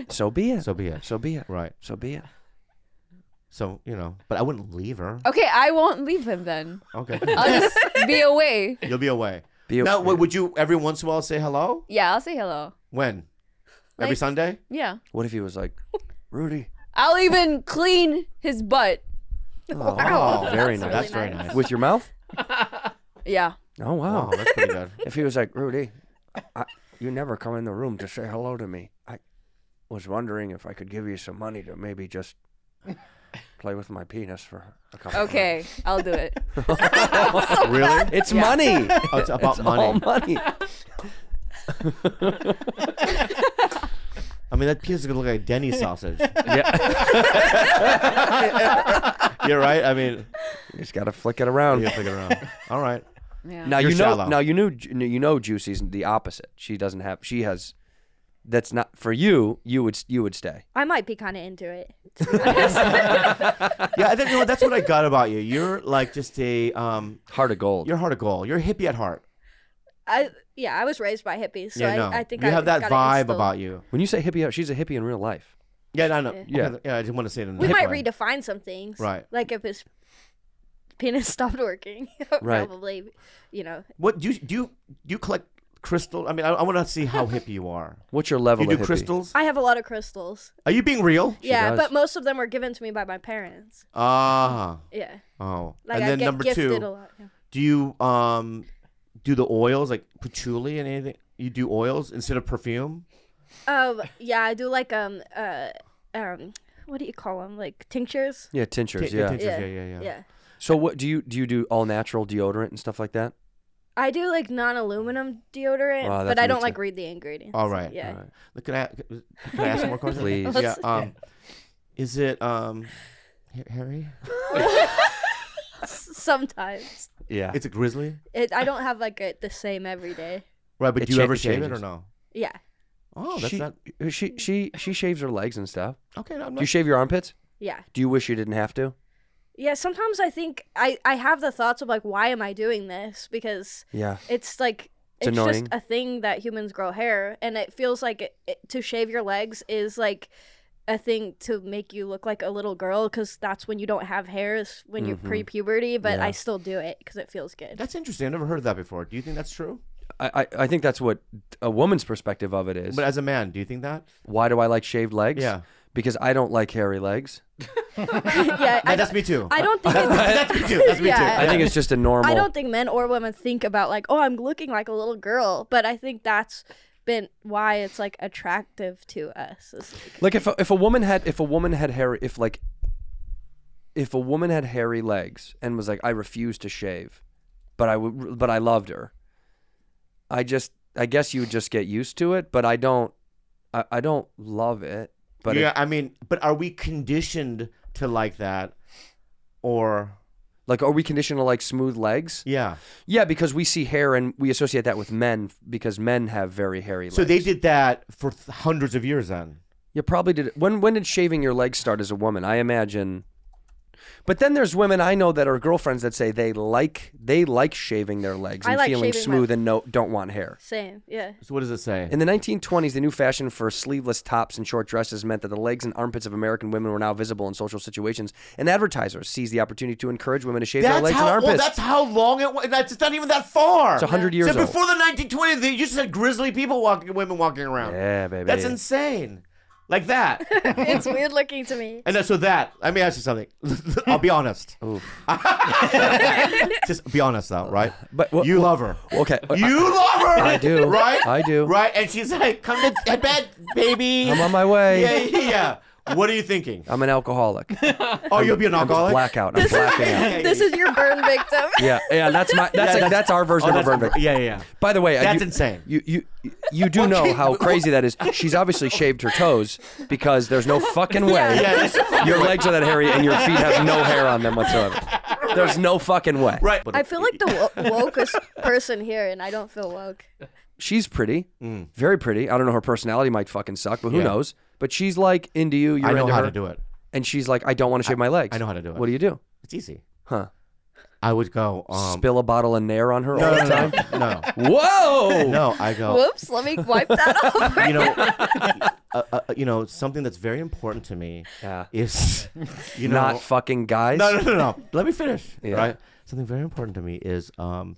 A: so be it.
B: So be it.
A: So be it.
B: Right.
A: So be it.
B: So, you know, but I wouldn't leave her.
E: Okay, I won't leave him then.
B: Okay.
E: I'll just be away.
B: You'll be away.
A: Be a-
B: now, what would you every once in a while say hello?
E: Yeah, I'll say hello.
B: When? Every
E: Like-
B: Sunday?
E: Yeah.
A: What if he was like, Rudy?
E: I'll even clean his butt.
A: Oh,
B: Wow.
A: very nice.
B: That's really That's very nice. nice.
A: With your mouth?
E: Yeah.
A: Oh wow.
B: Wow, that's pretty good.
A: if he was like, Rudy, I, you never come in the room to say hello to me. I was wondering if I could give you some money to maybe just play with my penis for a couple. of
E: Okay, I'll do it.
B: really?
A: minutes." It's money.
B: Oh, it's about money.
A: All money.
B: I mean, that piece is gonna look like Denny's sausage.
A: Yeah,
B: You're right. I mean,
A: you just gotta flick it around.
B: you figure it out. All right.
E: Yeah.
A: Now
B: You're
A: you know.
B: shallow.
A: Now you knew. You know, Juicy's the opposite. She doesn't have. She has. That's not for you. You would. You would stay.
F: I might be kind of into it.
B: Yeah, I think, you know, that's what I got about you. You're like just a um,
A: Heart of gold.
B: you're heart of gold. You're a hippie at heart.
F: I yeah, I was raised by hippies, so
B: yeah, no.
F: I, I think
B: you
F: I
B: have that
F: gotta
B: vibe
F: instill-
B: about you.
A: When you say hippie, uh, she's a hippie in real life.
B: Yeah, no, no.
A: Yeah.
B: Okay, yeah. I just want to say it in a
F: We
B: hip
F: might
B: way.
F: redefine some things,
B: Right.
F: Like if it's penis stopped working.
B: Right.
F: Probably, you know.
B: What do you do? You, do you collect crystal? I mean, I, I want to see how hippie you are.
A: What's your level
B: You
A: of
B: do
A: hippie?
B: crystals?
F: I have a lot of crystals.
B: Are you being real?
F: yeah, but most of them were given to me by my parents.
B: ah.
F: Yeah.
B: Oh.
F: Like,
B: and
F: I
B: then
F: get
B: number
F: gifted
B: two,
F: a lot, yeah.
B: do you um do the oils like patchouli and anything? You do oils instead of perfume?
F: Um. Yeah, I do like um uh um what do you call them? Like tinctures.
A: Yeah, tinctures.
B: Tin-
A: yeah.
B: tinctures, Yeah. yeah, yeah, yeah.
F: Yeah.
A: So what do you do? You do all natural deodorant and stuff like that?
F: I do like non-aluminum deodorant,
A: Wow,
F: but
A: that's
F: I
A: me
F: don't
A: too.
F: like read the ingredients.
B: All right.
F: Yeah.
B: All right. Look, Can I can I ask more questions?
A: Please.
B: Yeah.
A: Let's-
B: Um, is it um, Ha- Harry?
F: Sometimes.
A: Yeah.
B: It's a grizzly.
F: It, I don't have like a, the same every day.
B: Right, but
A: It
B: do you
A: cha-
B: ever
A: it
B: shave it or
A: changes.
B: no?
F: Yeah.
B: Oh, that's
A: she,
B: not.
A: She she she shaves her legs and stuff.
B: Okay, I'm
A: Do you
B: not-
A: shave your armpits?
F: Yeah.
A: Do you wish you didn't have to?
F: Yeah, sometimes I think I I have the thoughts of like why am I doing this because
A: Yeah.
F: it's like
A: It's
F: it's,
A: annoying.
F: just a thing that humans grow hair and it feels like it, it- to shave your legs is like a thing to make you look like a little girl cuz that's when you don't have hairs when you're
B: Mhm.
F: pre-puberty but
B: Yeah.
F: I still do it cuz it feels good.
B: That's interesting. I never heard of that before. Do you think that's true?
A: I, I I think that's what a woman's perspective of it is.
B: But as a man, do you think that?
A: Why do I like shaved legs?
B: Yeah.
A: Because I don't like hairy legs.
F: yeah, I
B: that's me too.
F: I don't think
B: That's,
F: it's-
B: that's me too. That's me too.
F: Yeah.
A: I think it's just a normal.
F: I don't think men or women think about like, oh, I'm looking like a little girl, but I think that's been why it's like attractive to us. It's like-
A: Like if a, if a woman had if a woman had hairy if like if a woman had hairy legs and was like I refuse to shave, but I would but I loved her. I just I guess you would just get used to it, but I don't I, I don't love it. But
B: yeah,
A: it,
B: I mean, but are we conditioned to like that, or
A: like are we conditioned to like smooth legs?
B: Yeah.
A: Yeah, because we see hair and we associate that with men because men have very hairy legs.
B: so they did that for th- hundreds of years then?
A: You probably did. it- When when did shaving your legs start as a woman? I imagine. But then there's women I know that are girlfriends that say they like they like shaving their legs
F: I
A: and
F: like
A: feeling
F: shaving my-
A: smooth and no don't want hair.
F: Same, yeah.
B: So what does it say?
A: In the 1920s, the new fashion for sleeveless tops and short dresses meant that the legs and armpits of American women were now visible in social situations, and advertisers seized the opportunity to encourage women to shave their legs and
B: how,
A: armpits.
B: well, that's how long it was. That's it's not even that far.
A: It's 100
B: So
A: years old.
B: before the 1920s, they just had grizzly people walking, women walking around.
A: Yeah, baby.
B: That's insane. Like that.
F: it's weird looking to me.
B: And then- so that, let me ask you something. I'll be honest. Just be honest though, right?
A: But
B: you love her.
A: Okay.
B: You love her.
A: I do.
B: Right?
A: I do.
B: Right? And she's like, come to bed, baby.
A: I'm on my way.
B: Yeah, yeah, yeah. What are you thinking?
A: I'm an alcoholic.
B: Oh, you'll be an
A: I'm just
B: alcoholic?
A: blackout. I'm blacking out.
F: this is your burn victim.
A: Yeah, yeah, that's my that's
B: Yeah,
A: that's, our version
B: oh,
A: of a
B: that's-
A: burn victim.
B: Yeah, yeah.
A: By the way, I-
B: That's
A: you,
B: insane.
A: You you you do know how crazy that is. She's obviously shaved her toes because there's no fucking way
B: Yeah, there's no fucking
A: your
B: way.
A: legs are that hairy and your feet have no hair on them whatsoever. There's no fucking way.
B: Right.
F: I feel like the wo- wokest person here, and I don't feel woke.
A: She's pretty, very pretty. I don't know her personality might fucking suck, but who
B: Mm. Yeah.
A: knows? But she's like into you. You're
B: I know
A: into
B: how
A: her,
B: to do it.
A: And she's like, I don't want to shave my legs.
B: I know how to do it.
A: What do you do?
B: It's easy.
A: Huh?
B: I would go. Um,
A: Spill a bottle of Nair on her
B: No,
A: all
B: no,
A: the time.
B: no, no.
A: Whoa!
B: No, I go.
F: Whoops, let me wipe that off.
B: you know, uh, uh, you know, something that's very important to me is, you know,
A: Not fucking guys.
B: No, no, no, no. Let me finish.
A: Yeah.
B: Right. Something very important to me is, um,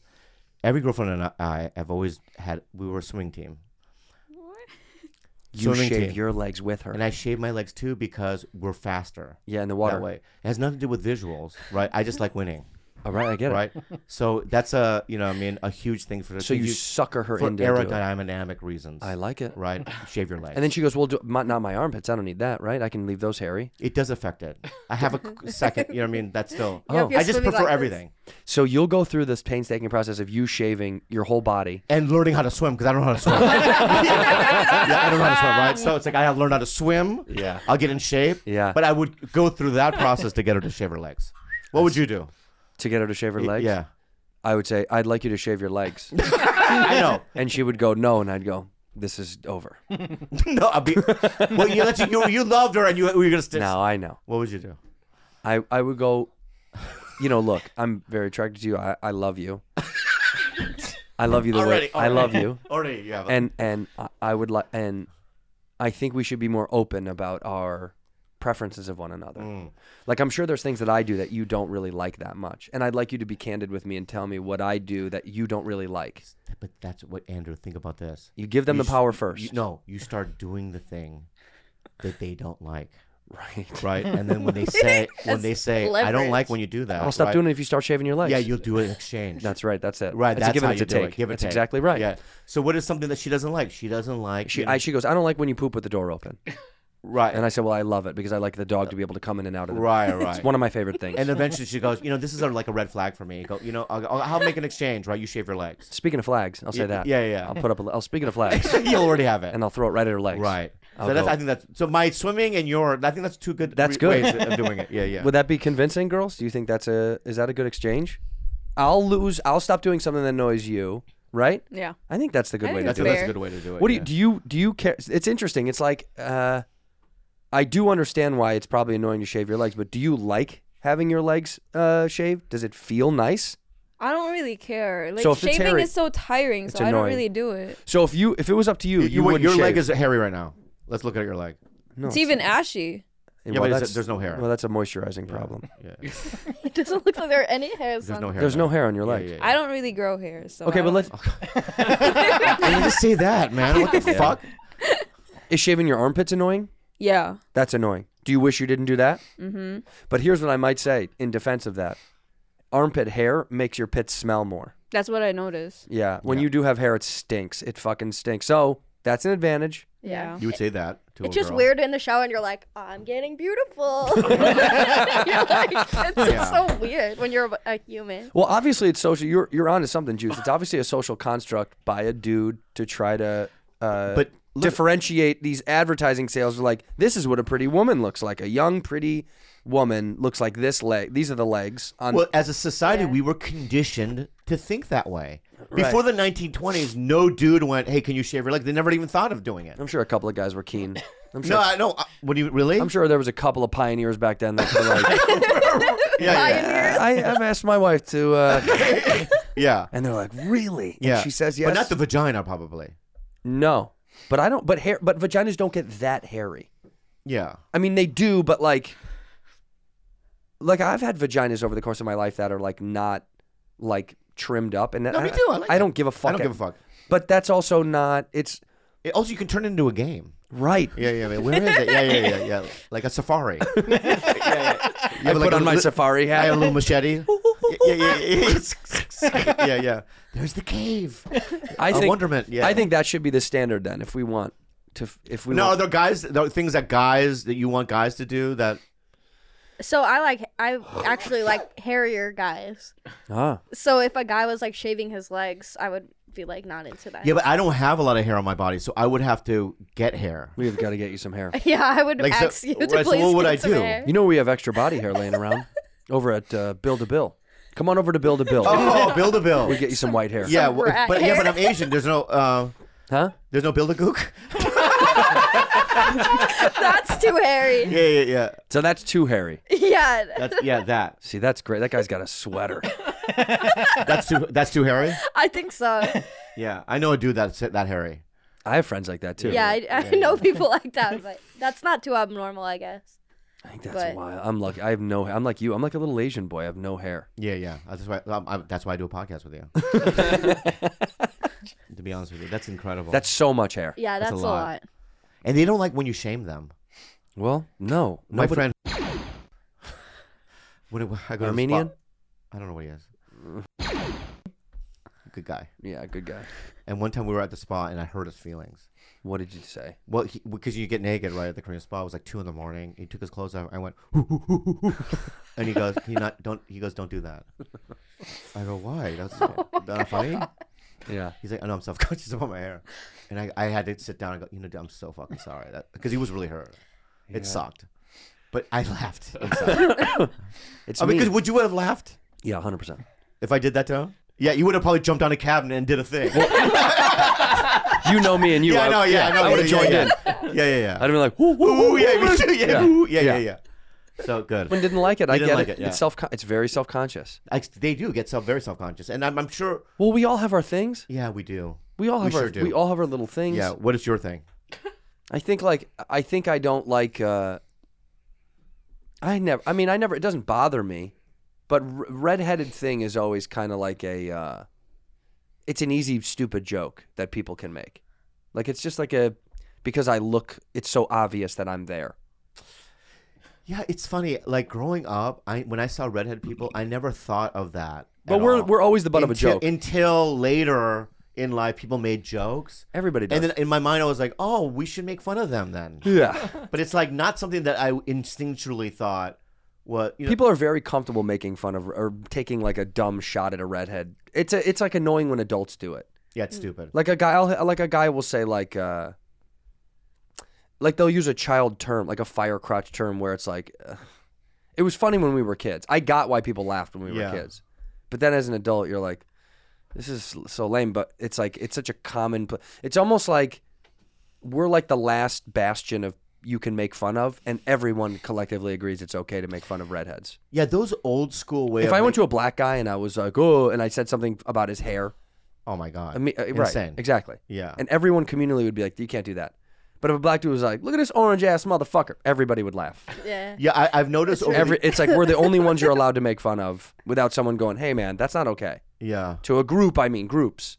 B: every girlfriend and I have always had. We were a swimming team.
A: You
B: Swimming
A: shave
B: team.
A: your legs with her.
B: And I shave my legs too because we're faster.
A: Yeah, in the water.
B: That way. It has nothing to do with visuals, right? I just like winning.
A: All right, I get it.
B: Right? So that's a, you know, what I mean, a huge thing for
A: So you
B: huge-
A: sucker her
B: for
A: into doing it.
B: aerodynamic reasons.
A: I like it.
B: Right? Shave your legs.
A: And then she goes, "Well, do, my, not my armpits. I don't need that, right? I can leave those hairy."
B: It does affect it. I have a c- second, you know what I mean? That's still.
A: You have Oh. your
B: I just
A: swimming
B: prefer
A: like this.
B: everything.
A: So you'll go through this painstaking process of you shaving your whole body.
B: And learning how to swim because I don't know how to swim. yeah, I don't know how to swim, right? So it's like I have learned how to swim.
A: Yeah.
B: I'll get in shape.
A: Yeah.
B: But I would go through that process to get her to shave her legs. What would you do?
A: To get her to shave her
B: Y-
A: legs.
B: yeah.
A: I would say, "I'd like you to shave your legs."
B: I know.
A: And she would go, "No," and I'd go, "This is over."
B: no, I'll be. Well, you let you, you you loved her and you we were gonna stick.
A: Now I know.
B: What would you do?
A: I I would go. You know, look, I'm very attracted to you. I, I love you. I love you the
B: Already,
A: way I love
B: already.
A: you.
B: Already, you have a-
A: And and I, I would like and I think we should be more open about our preferences of one another.
B: Mm.
A: Like I'm sure there's things that I do that you don't really like that much, and I'd like you to be candid with me and tell me what I do that you don't really like.
B: But that's what Andrew. Think about this.
A: You give them the
B: s-
A: power
B: you-
A: first.
B: no, you start doing the thing that they don't like.
A: Right.
B: Right. And then when they say when they
A: That's
B: say I don't like when you do that.
A: I'll stop
B: right?
A: doing it if you start shaving your legs.
B: Yeah, you'll do an exchange.
A: That's right. That's it.
B: Right.
A: It's a
B: that's
A: give and
B: how
A: it's a
B: you do
A: take.
B: It. Give and
A: That's
B: take.
A: exactly right.
B: Yeah. So what is something that she doesn't like? She doesn't like.
A: She,
B: you
A: I,
B: know-
A: she goes, I don't like when you poop with the door open.
B: Right.
A: And I said, Well, I love it because I like the dog to be able to come in and out of the
B: Right,
A: It's
B: right.
A: one of my favorite things.
B: and eventually she goes, you know, this is a, like a red flag for me. Go, you know, I'll, I'll, I'll make an exchange. Right. You shave your legs.
A: Speaking of flags, I'll say
B: Yeah,
A: that.
B: yeah, yeah.
A: I'll put up. A, I'll speaking of flags,
B: you already have it,
A: and I'll throw it right at her legs.
B: Right.
A: I'll
B: so that's,
A: go,
B: I think that's so. My swimming and your, I think that's two good.
A: that's
B: re-
A: good.
B: ways of doing it. Yeah, yeah.
A: Would that be convincing, girls? Do you think that's a is that a good exchange? I'll lose. I'll stop doing something that annoys you. Right.
E: Yeah.
A: I think that's the good
E: I
A: way
E: think
A: to do
E: that's
A: it.
E: fair. That's a good way
B: to do it,
A: What do you
B: yeah.
A: do? You do you care? It's interesting. It's like uh, I do understand why it's probably annoying to shave your legs, but do you like having your legs uh, shaved? Does it feel nice?
E: I don't really care. Like
A: So if it's
E: shaving
A: hairy-
E: is so tiring,
A: it's
E: so I don't
A: annoying.
E: really do it.
A: So if you if it was up to you,
B: You-
A: you,
B: you would-
A: wouldn't
B: your leg
A: shave.
B: is hairy right now. Let's look at your leg.
A: No,
E: it's even ashy.
B: Yeah, but it's- there's no hair.
A: Well, that's a moisturizing problem.
F: It doesn't look like there are any hairs.
B: There's
F: on
B: no hair.
A: There's
B: there.
A: no hair on your
B: Yeah,
A: leg.
B: yeah,
E: I don't really grow hair, so
A: Okay,
E: I
A: but
E: don't-
A: let's
B: Why just say that, man? What the fuck?
A: Is shaving your armpits annoying?
E: yeah.
A: That's annoying. Do you wish you didn't do that?
E: Mhm.
A: But here's what I might say in defense of that. Armpit hair makes your pits smell more.
E: That's what I noticed.
A: Yeah. When you do have hair, it stinks. It fucking stinks. So that's an advantage.
F: Yeah.
B: You would say that to
F: It's
B: a
F: just
B: girl.
F: weird in the shower, and you're like, I'm getting beautiful. You're like, it's just so weird when you're a human.
A: Well, obviously it's social. You're you're onto something, Juice. It's obviously a social construct by a dude to try to uh,
B: But
A: differentiate these advertising sales. Like this is what a pretty woman looks like. A young, pretty woman looks like this leg. These are the legs on
B: Well, as a society, we were conditioned to think that way. Before the 1920s, no dude went, "Hey, can you shave your leg?" They never even thought of doing it.
A: I'm sure a couple of guys were keen. I'm sure.
B: No, I no. I- What do you really?
A: I'm sure there was a couple of pioneers back then that were like,
B: yeah,
A: I, I've asked my wife to, uh,
B: yeah, yeah,
A: and they're like, really? And
B: yeah.
A: she says yes.
B: but not the vagina, probably.
A: no, but I don't. But hair, but vaginas don't get that hairy.
B: Yeah,
A: I mean, they do, but like, like I've had vaginas over the course of my life that are like not like trimmed up, and
B: No,
A: I,
B: me too. I like
A: don't
B: it.
A: give a fuck.
B: I don't give a fuck.
A: But that's also not. It's
B: It- also, you can turn it into a game.
A: right.
B: Yeah, yeah. I mean, where is it? Yeah, yeah, yeah, yeah. Like a safari. yeah, yeah. You
A: I
B: have,
A: put
B: like, a
A: on my
B: li-
A: safari
B: I have
A: hat.
B: a little machete. yeah, yeah, yeah. yeah, yeah. There's the cave.
A: I
B: a
A: think
B: wonderment, yeah.
A: I think that should be the standard then. If we want to, f- if we
B: No,
A: want-
B: are there guys? There are things that guys that you want guys to do that.
F: So I like, I actually like hairier guys.
A: Ah.
F: So if a guy was like shaving his legs, I would be like not into that.
B: Yeah, but I don't have a lot of hair on my body, so I would have to get hair.
A: We've got to get you some hair.
F: yeah, I would
B: Like, so-
F: ask you to
B: right, so
F: please
B: what would
F: get
B: I
F: some
B: do?
F: hair.
A: You know we have extra body hair laying around over at uh, Build a Bill. Come on over to Build a Bill.
B: Oh, build a bill.
A: We get you some white hair.
B: yeah, w-
F: rat
B: but yeah,
F: hair.
B: but I'm Asian. There's no, uh,
A: Huh?
B: there's no build a gook.
F: That's too hairy.
B: Yeah, yeah, yeah.
A: So that's too hairy.
F: Yeah.
B: That's yeah, that.
A: See, that's great. That guy's got a sweater.
B: That's too. That's too hairy.
F: I think so.
B: Yeah, I know a dude that's that hairy.
A: I have friends like that too.
F: Yeah, I, I know people like that, but that's not too abnormal, I guess.
A: I think that's
F: but-
A: why I'm lucky. I have no. I'm like you. I'm like a little Asian boy. I have no hair.
B: Yeah, yeah. That's why. Um, I, that's why I do a podcast with you. to be honest with you, that's incredible.
A: That's so much hair.
F: Yeah, that's, a lot.
B: and they don't like when you shame them.
A: Well, no.
B: My
A: nobody-
B: friend. What, do I go to the
A: Armenian?
B: spot- I don't know what he is. Good guy.
A: Yeah, good guy.
B: And one time we were at the spa and I hurt his feelings.
A: What did you say?
B: Well, because you get naked right at the Korean spa. It was like two in the morning. He took his clothes off. I went, and he goes, "Can you not? Don't." He goes, "Don't do that." I go, "Why? That's not funny."
A: Yeah.
B: He's like, "I know I'm self-conscious about my hair," and I, I had to sit down and go, "You know, I'm so fucking sorry that because he was really hurt. It sucked, but I laughed. inside.
A: It's
B: I mean,
A: mean.
B: because would you have laughed
A: yeah, hundred percent.
B: if I did that to him? Yeah, you would have probably jumped on a cabinet and did a thing.
A: You know me and you.
B: yeah, I know. Yeah, I know.
A: I would have
B: yeah,
A: joined
B: yeah,
A: in.
B: yeah. Yeah, yeah, yeah.
A: I'd have been like, woo, woo, woo,
B: Ooh, yeah, me too. Yeah,
A: Yeah.
B: ooh, yeah,
A: Yeah.
B: yeah, yeah, So good.
A: Everyone didn't like it. I
B: didn't
A: get
B: like
A: it.
B: it, yeah.
A: It's self. It's very self conscious.
B: I, they do get self very self conscious, and I'm, I'm sure.
A: Well, we all have our things.
B: Yeah, we do.
A: We all
B: We
A: have our.
B: sure do.
A: We all have our little things.
B: Yeah. What is your thing?
A: I think like I think I don't like uh I never. I mean, I never. It doesn't bother me, but r- redheaded thing is always kind of like a. Uh, it's an easy stupid joke that people can make, like it's just like a because I look. It's so obvious that I'm there.
B: Yeah, it's funny. Like growing up, I when I saw redhead people, I never thought of that.
A: But
B: at
A: we're-
B: all.
A: we're always the butt of a
B: Until-
A: joke.
B: Until later in life, people made jokes.
A: Everybody does.
B: And then in my mind, I was like, "Oh, we should make fun of them then."
A: Yeah.
B: but it's like not something that I instinctually thought. What you know,
A: People are very comfortable making fun of or taking like a dumb shot at a redhead. It's a, it's like annoying when adults do it.
B: Yeah, it's stupid.
A: Like a guy, I'll, like a guy will say like, uh, like they'll use a child term, like a fire crotch term, where it's like, uh, it was funny when we were kids. I got why people laughed when we
B: Yeah.
A: were kids, but then as an adult, you're like, this is so lame. But it's like it's such a common. pl- It's almost like we're like the last bastion of you can make fun of, and everyone collectively agrees it's okay to make fun of redheads.
B: Yeah, those old school ways.
A: If I went to a black guy and I was like, oh, and I said something about his hair.
B: Oh my God.
A: I mean, uh, right,
B: Insane.
A: Exactly.
B: Yeah.
A: And everyone communally would be like, you can't do that. But if a black dude was like, look at this orange ass motherfucker, everybody would laugh.
F: Yeah.
B: Yeah, I, I've noticed over the-
A: Every, it's like we're the only ones you're allowed to make fun of without someone going, hey, man, that's not okay.
B: Yeah.
A: To a group, I mean groups.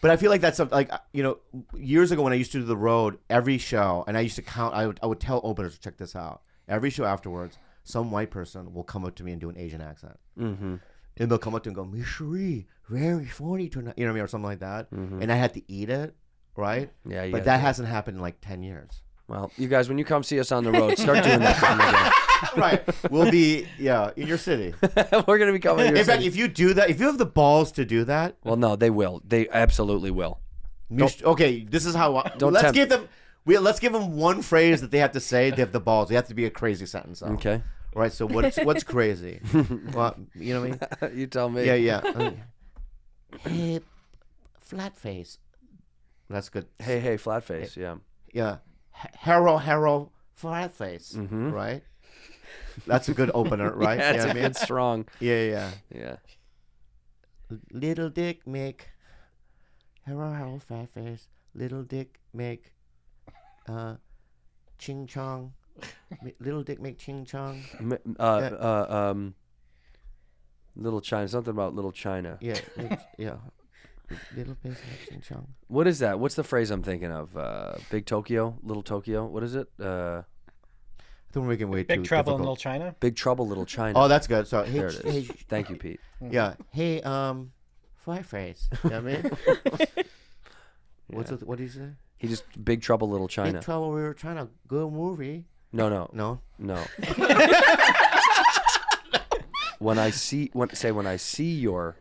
B: But I feel like that's something like uh, you know, years ago when I used to do the road every show, and I used to count. I would, I would tell openers, check this out. Every show afterwards, some white person will come up to me and do an Asian accent,
A: Mhm.
B: and they'll come up to me and go, "Miss Cherie, very funny tonight," you know what I mean, or something like that. And I had to eat it, right?
A: Mm-hmm. Yeah, you
B: But
A: gotta
B: that
A: do it.
B: hasn't happened in like ten years.
A: Well, you guys, when you come see us on the road, start doing that. to me
B: again. We'll be yeah in your city.
A: We're gonna be coming. to your
B: in fact,
A: city.
B: if you do that, if you have the balls to do that,
A: well, no, they will. They absolutely will.
B: You sh- okay, this is how. I,
A: Don't
B: let's
A: tempt-
B: give them. We, let's give them one phrase that they have to say. They have the balls. They have to be a crazy sentence. though.
A: Okay.
B: Right. So what's what's crazy? well, you know what I mean?
A: You tell me.
B: Yeah, yeah. hey, flat face. That's good.
A: Hey, hey, flat face. Yeah.
B: Yeah. H- Hero, hero, flat face.
A: Mm-hmm.
B: Right. That's a good opener, right?
A: Yeah, it's
B: You know what
A: a good strong.
B: Yeah, yeah.
A: Yeah.
B: Little Dick Mick. Hello, hello, fat face. Little Dick Mick. Uh, Ching Chong. Mi- Little Dick Mick Ching Chong.
A: M- Uh, uh, um, little China. Something about Little China.
B: Yeah, it's- yeah. Little face Mick Ching Chong.
A: What is that? What's the phrase I'm thinking of? Uh, Big Tokyo, Little Tokyo. What is it? Uh,
B: I think we're making way
O: Big
B: too
O: Trouble in
B: difficult.
O: Little China?
A: Big Trouble, Little China.
B: Oh, that's good. So hey,
A: there it is.
B: hey,
A: Thank you, Pete.
B: Yeah. Hey, um, fat face. You know what I mean? What's
A: Yeah.
B: it, what do you say?
A: He just Big Trouble, Little China.
B: Big Trouble. We were trying to good movie.
A: no, no,
B: No.
A: no. when I see, when say, when I see your.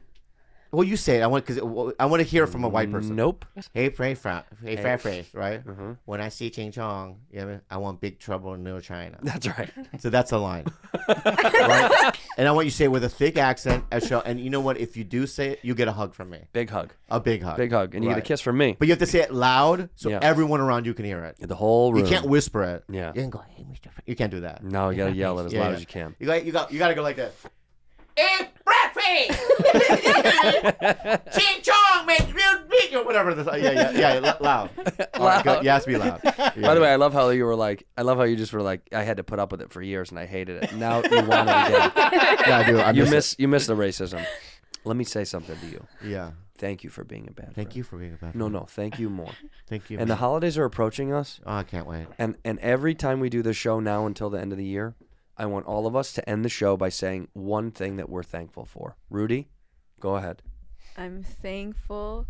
B: Well, you say it. I want because I want to hear it from a white person.
A: Nope.
B: Hey, pray fra- hey,
A: Hey.
B: fair face, right?
A: Mhm.
B: When I see Ching Chong, you know, what I mean? I want big trouble in Little China.
A: That's right.
B: So that's a line, right? And I want you to say it with a thick accent, a show. And you know what? If you do say it, you get a hug from me,
A: Big hug.
B: a big hug,
A: Big hug, and you get a
B: Right.
A: kiss from me.
B: But you have to say it loud so
A: Yeah.
B: everyone around you can hear it.
A: The whole room.
B: You can't whisper it.
A: Yeah.
B: You can go, hey, Mr. Fra-" You can't do that.
A: No, you gotta yell it as
B: Yeah,
A: loud
B: yeah.
A: as you can.
B: You got you got you got to go like this.
D: And breakfast. Ching chong, man, real big or whatever.
B: Yeah, yeah, yeah, yeah, loud. All right, good. Yeah, it has to be loud.
A: By the way, I love how you were like, I love how you just were like, I had to put up with it for years and I hated it. Now you want it again.
B: yeah, I do. I
A: you
B: miss,
A: miss you miss the racism. Let me say something to you.
B: it. Yeah.
A: Thank you for being a bad.
B: Thank
A: friend.
B: you for being a bad
A: No,
B: friend.
A: no, thank you more.
B: Thank you.
A: And the holidays are approaching us,
B: oh, I can't wait.
A: and and every time we do this show now until the end of the year, I want all of us to end the show by saying one thing that we're thankful for. Rudy, go ahead.
E: I'm thankful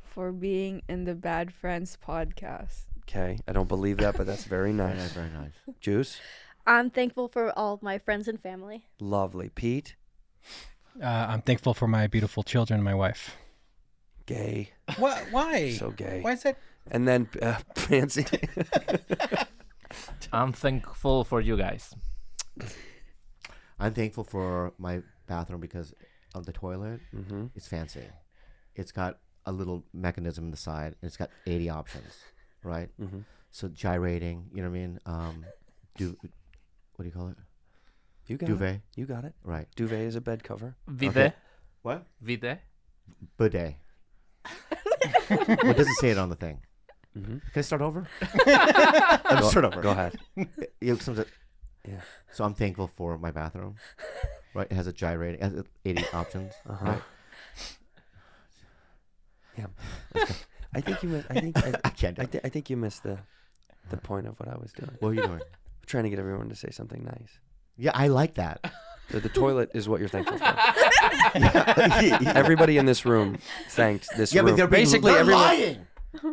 E: for being in the Bad Friends podcast.
A: Okay, I don't believe that, but that's very nice.
B: nice, very nice.
A: Juice,
F: I'm thankful for all of my friends and family.
A: lovely. Pete,
O: Uh, I'm thankful for my beautiful children and my wife.
A: gay,
O: What? Why?
A: so gay.
O: Why is that?
A: And then uh, Fancy.
G: I'm thankful for you guys.
B: I'm thankful for my bathroom because of the toilet. Mm-hmm. It's fancy. It's got a little mechanism in the side, and it's got 80 options, right? Mm-hmm. So gyrating, you know what I mean? Um, du- what do you call it?
A: you got
B: Duvet.
A: It. You got it.
B: Right.
A: Duvet is a bed cover.
G: Vide.
B: What?
G: Vide.
B: Bidet. well, it doesn't say it on the thing. Can I start over? I'm
A: Go-
B: start
A: Mm-hmm.
B: over.
A: Go ahead.
B: You know, sometimes-
A: Yeah.
B: So I'm thankful for my bathroom. Right, it has a gyrating, it has 80 options.
A: Uh-huh.
B: Right?
A: Yeah. I think you. mi- I think. I,
B: I can't do
A: I, thi- I think you missed the, the point of what I was doing.
B: What were you doing?
A: trying to get everyone to say something nice.
B: Yeah, I like that.
A: The, the toilet is what you're thankful for. Everybody in this room thanked this
B: Yeah, but
A: room.
B: they're being-
A: basically
B: they're
A: everyone.
B: lying.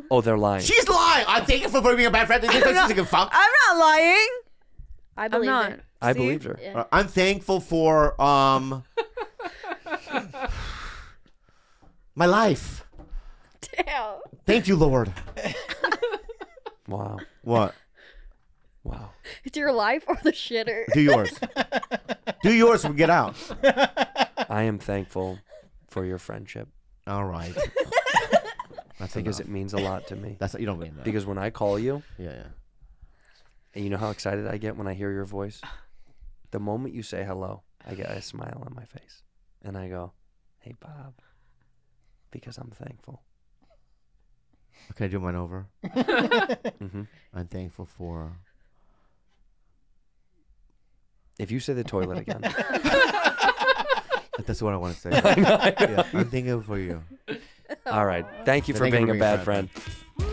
A: Oh, they're lying.
B: She's lying. I'm thankful for being a bad friend. This is a fuck.
E: I'm not lying.
F: I
E: believe
F: believe
E: not.
F: it.
A: I believed her.
F: Yeah.
B: Uh, I'm thankful for um my life.
F: Damn.
B: Thank you, Lord.
A: Wow.
B: What?
A: Wow.
F: It's your life or the shitter.
B: Do yours. Do yours and get out.
A: I am thankful for your friendship
B: All right. That's
A: because
B: enough.
A: it means a lot to me.
B: That's you don't mean that.
A: Because when I call you,
B: yeah, yeah.
A: and you know how excited I get when I hear your voice, the moment you say hello, I get a smile on my face, and I go, "Hey, Bob," because I'm thankful.
B: Can I do mine over?
A: hmm
B: I'm thankful for
A: If you say the toilet again,
B: that's what I want to say.
A: I know, I know.
B: Yeah, I'm thankful for you.
A: all right. Thank you for
B: Thank you
A: being
B: for
A: a
B: being a
A: bad
B: friend.
A: friend.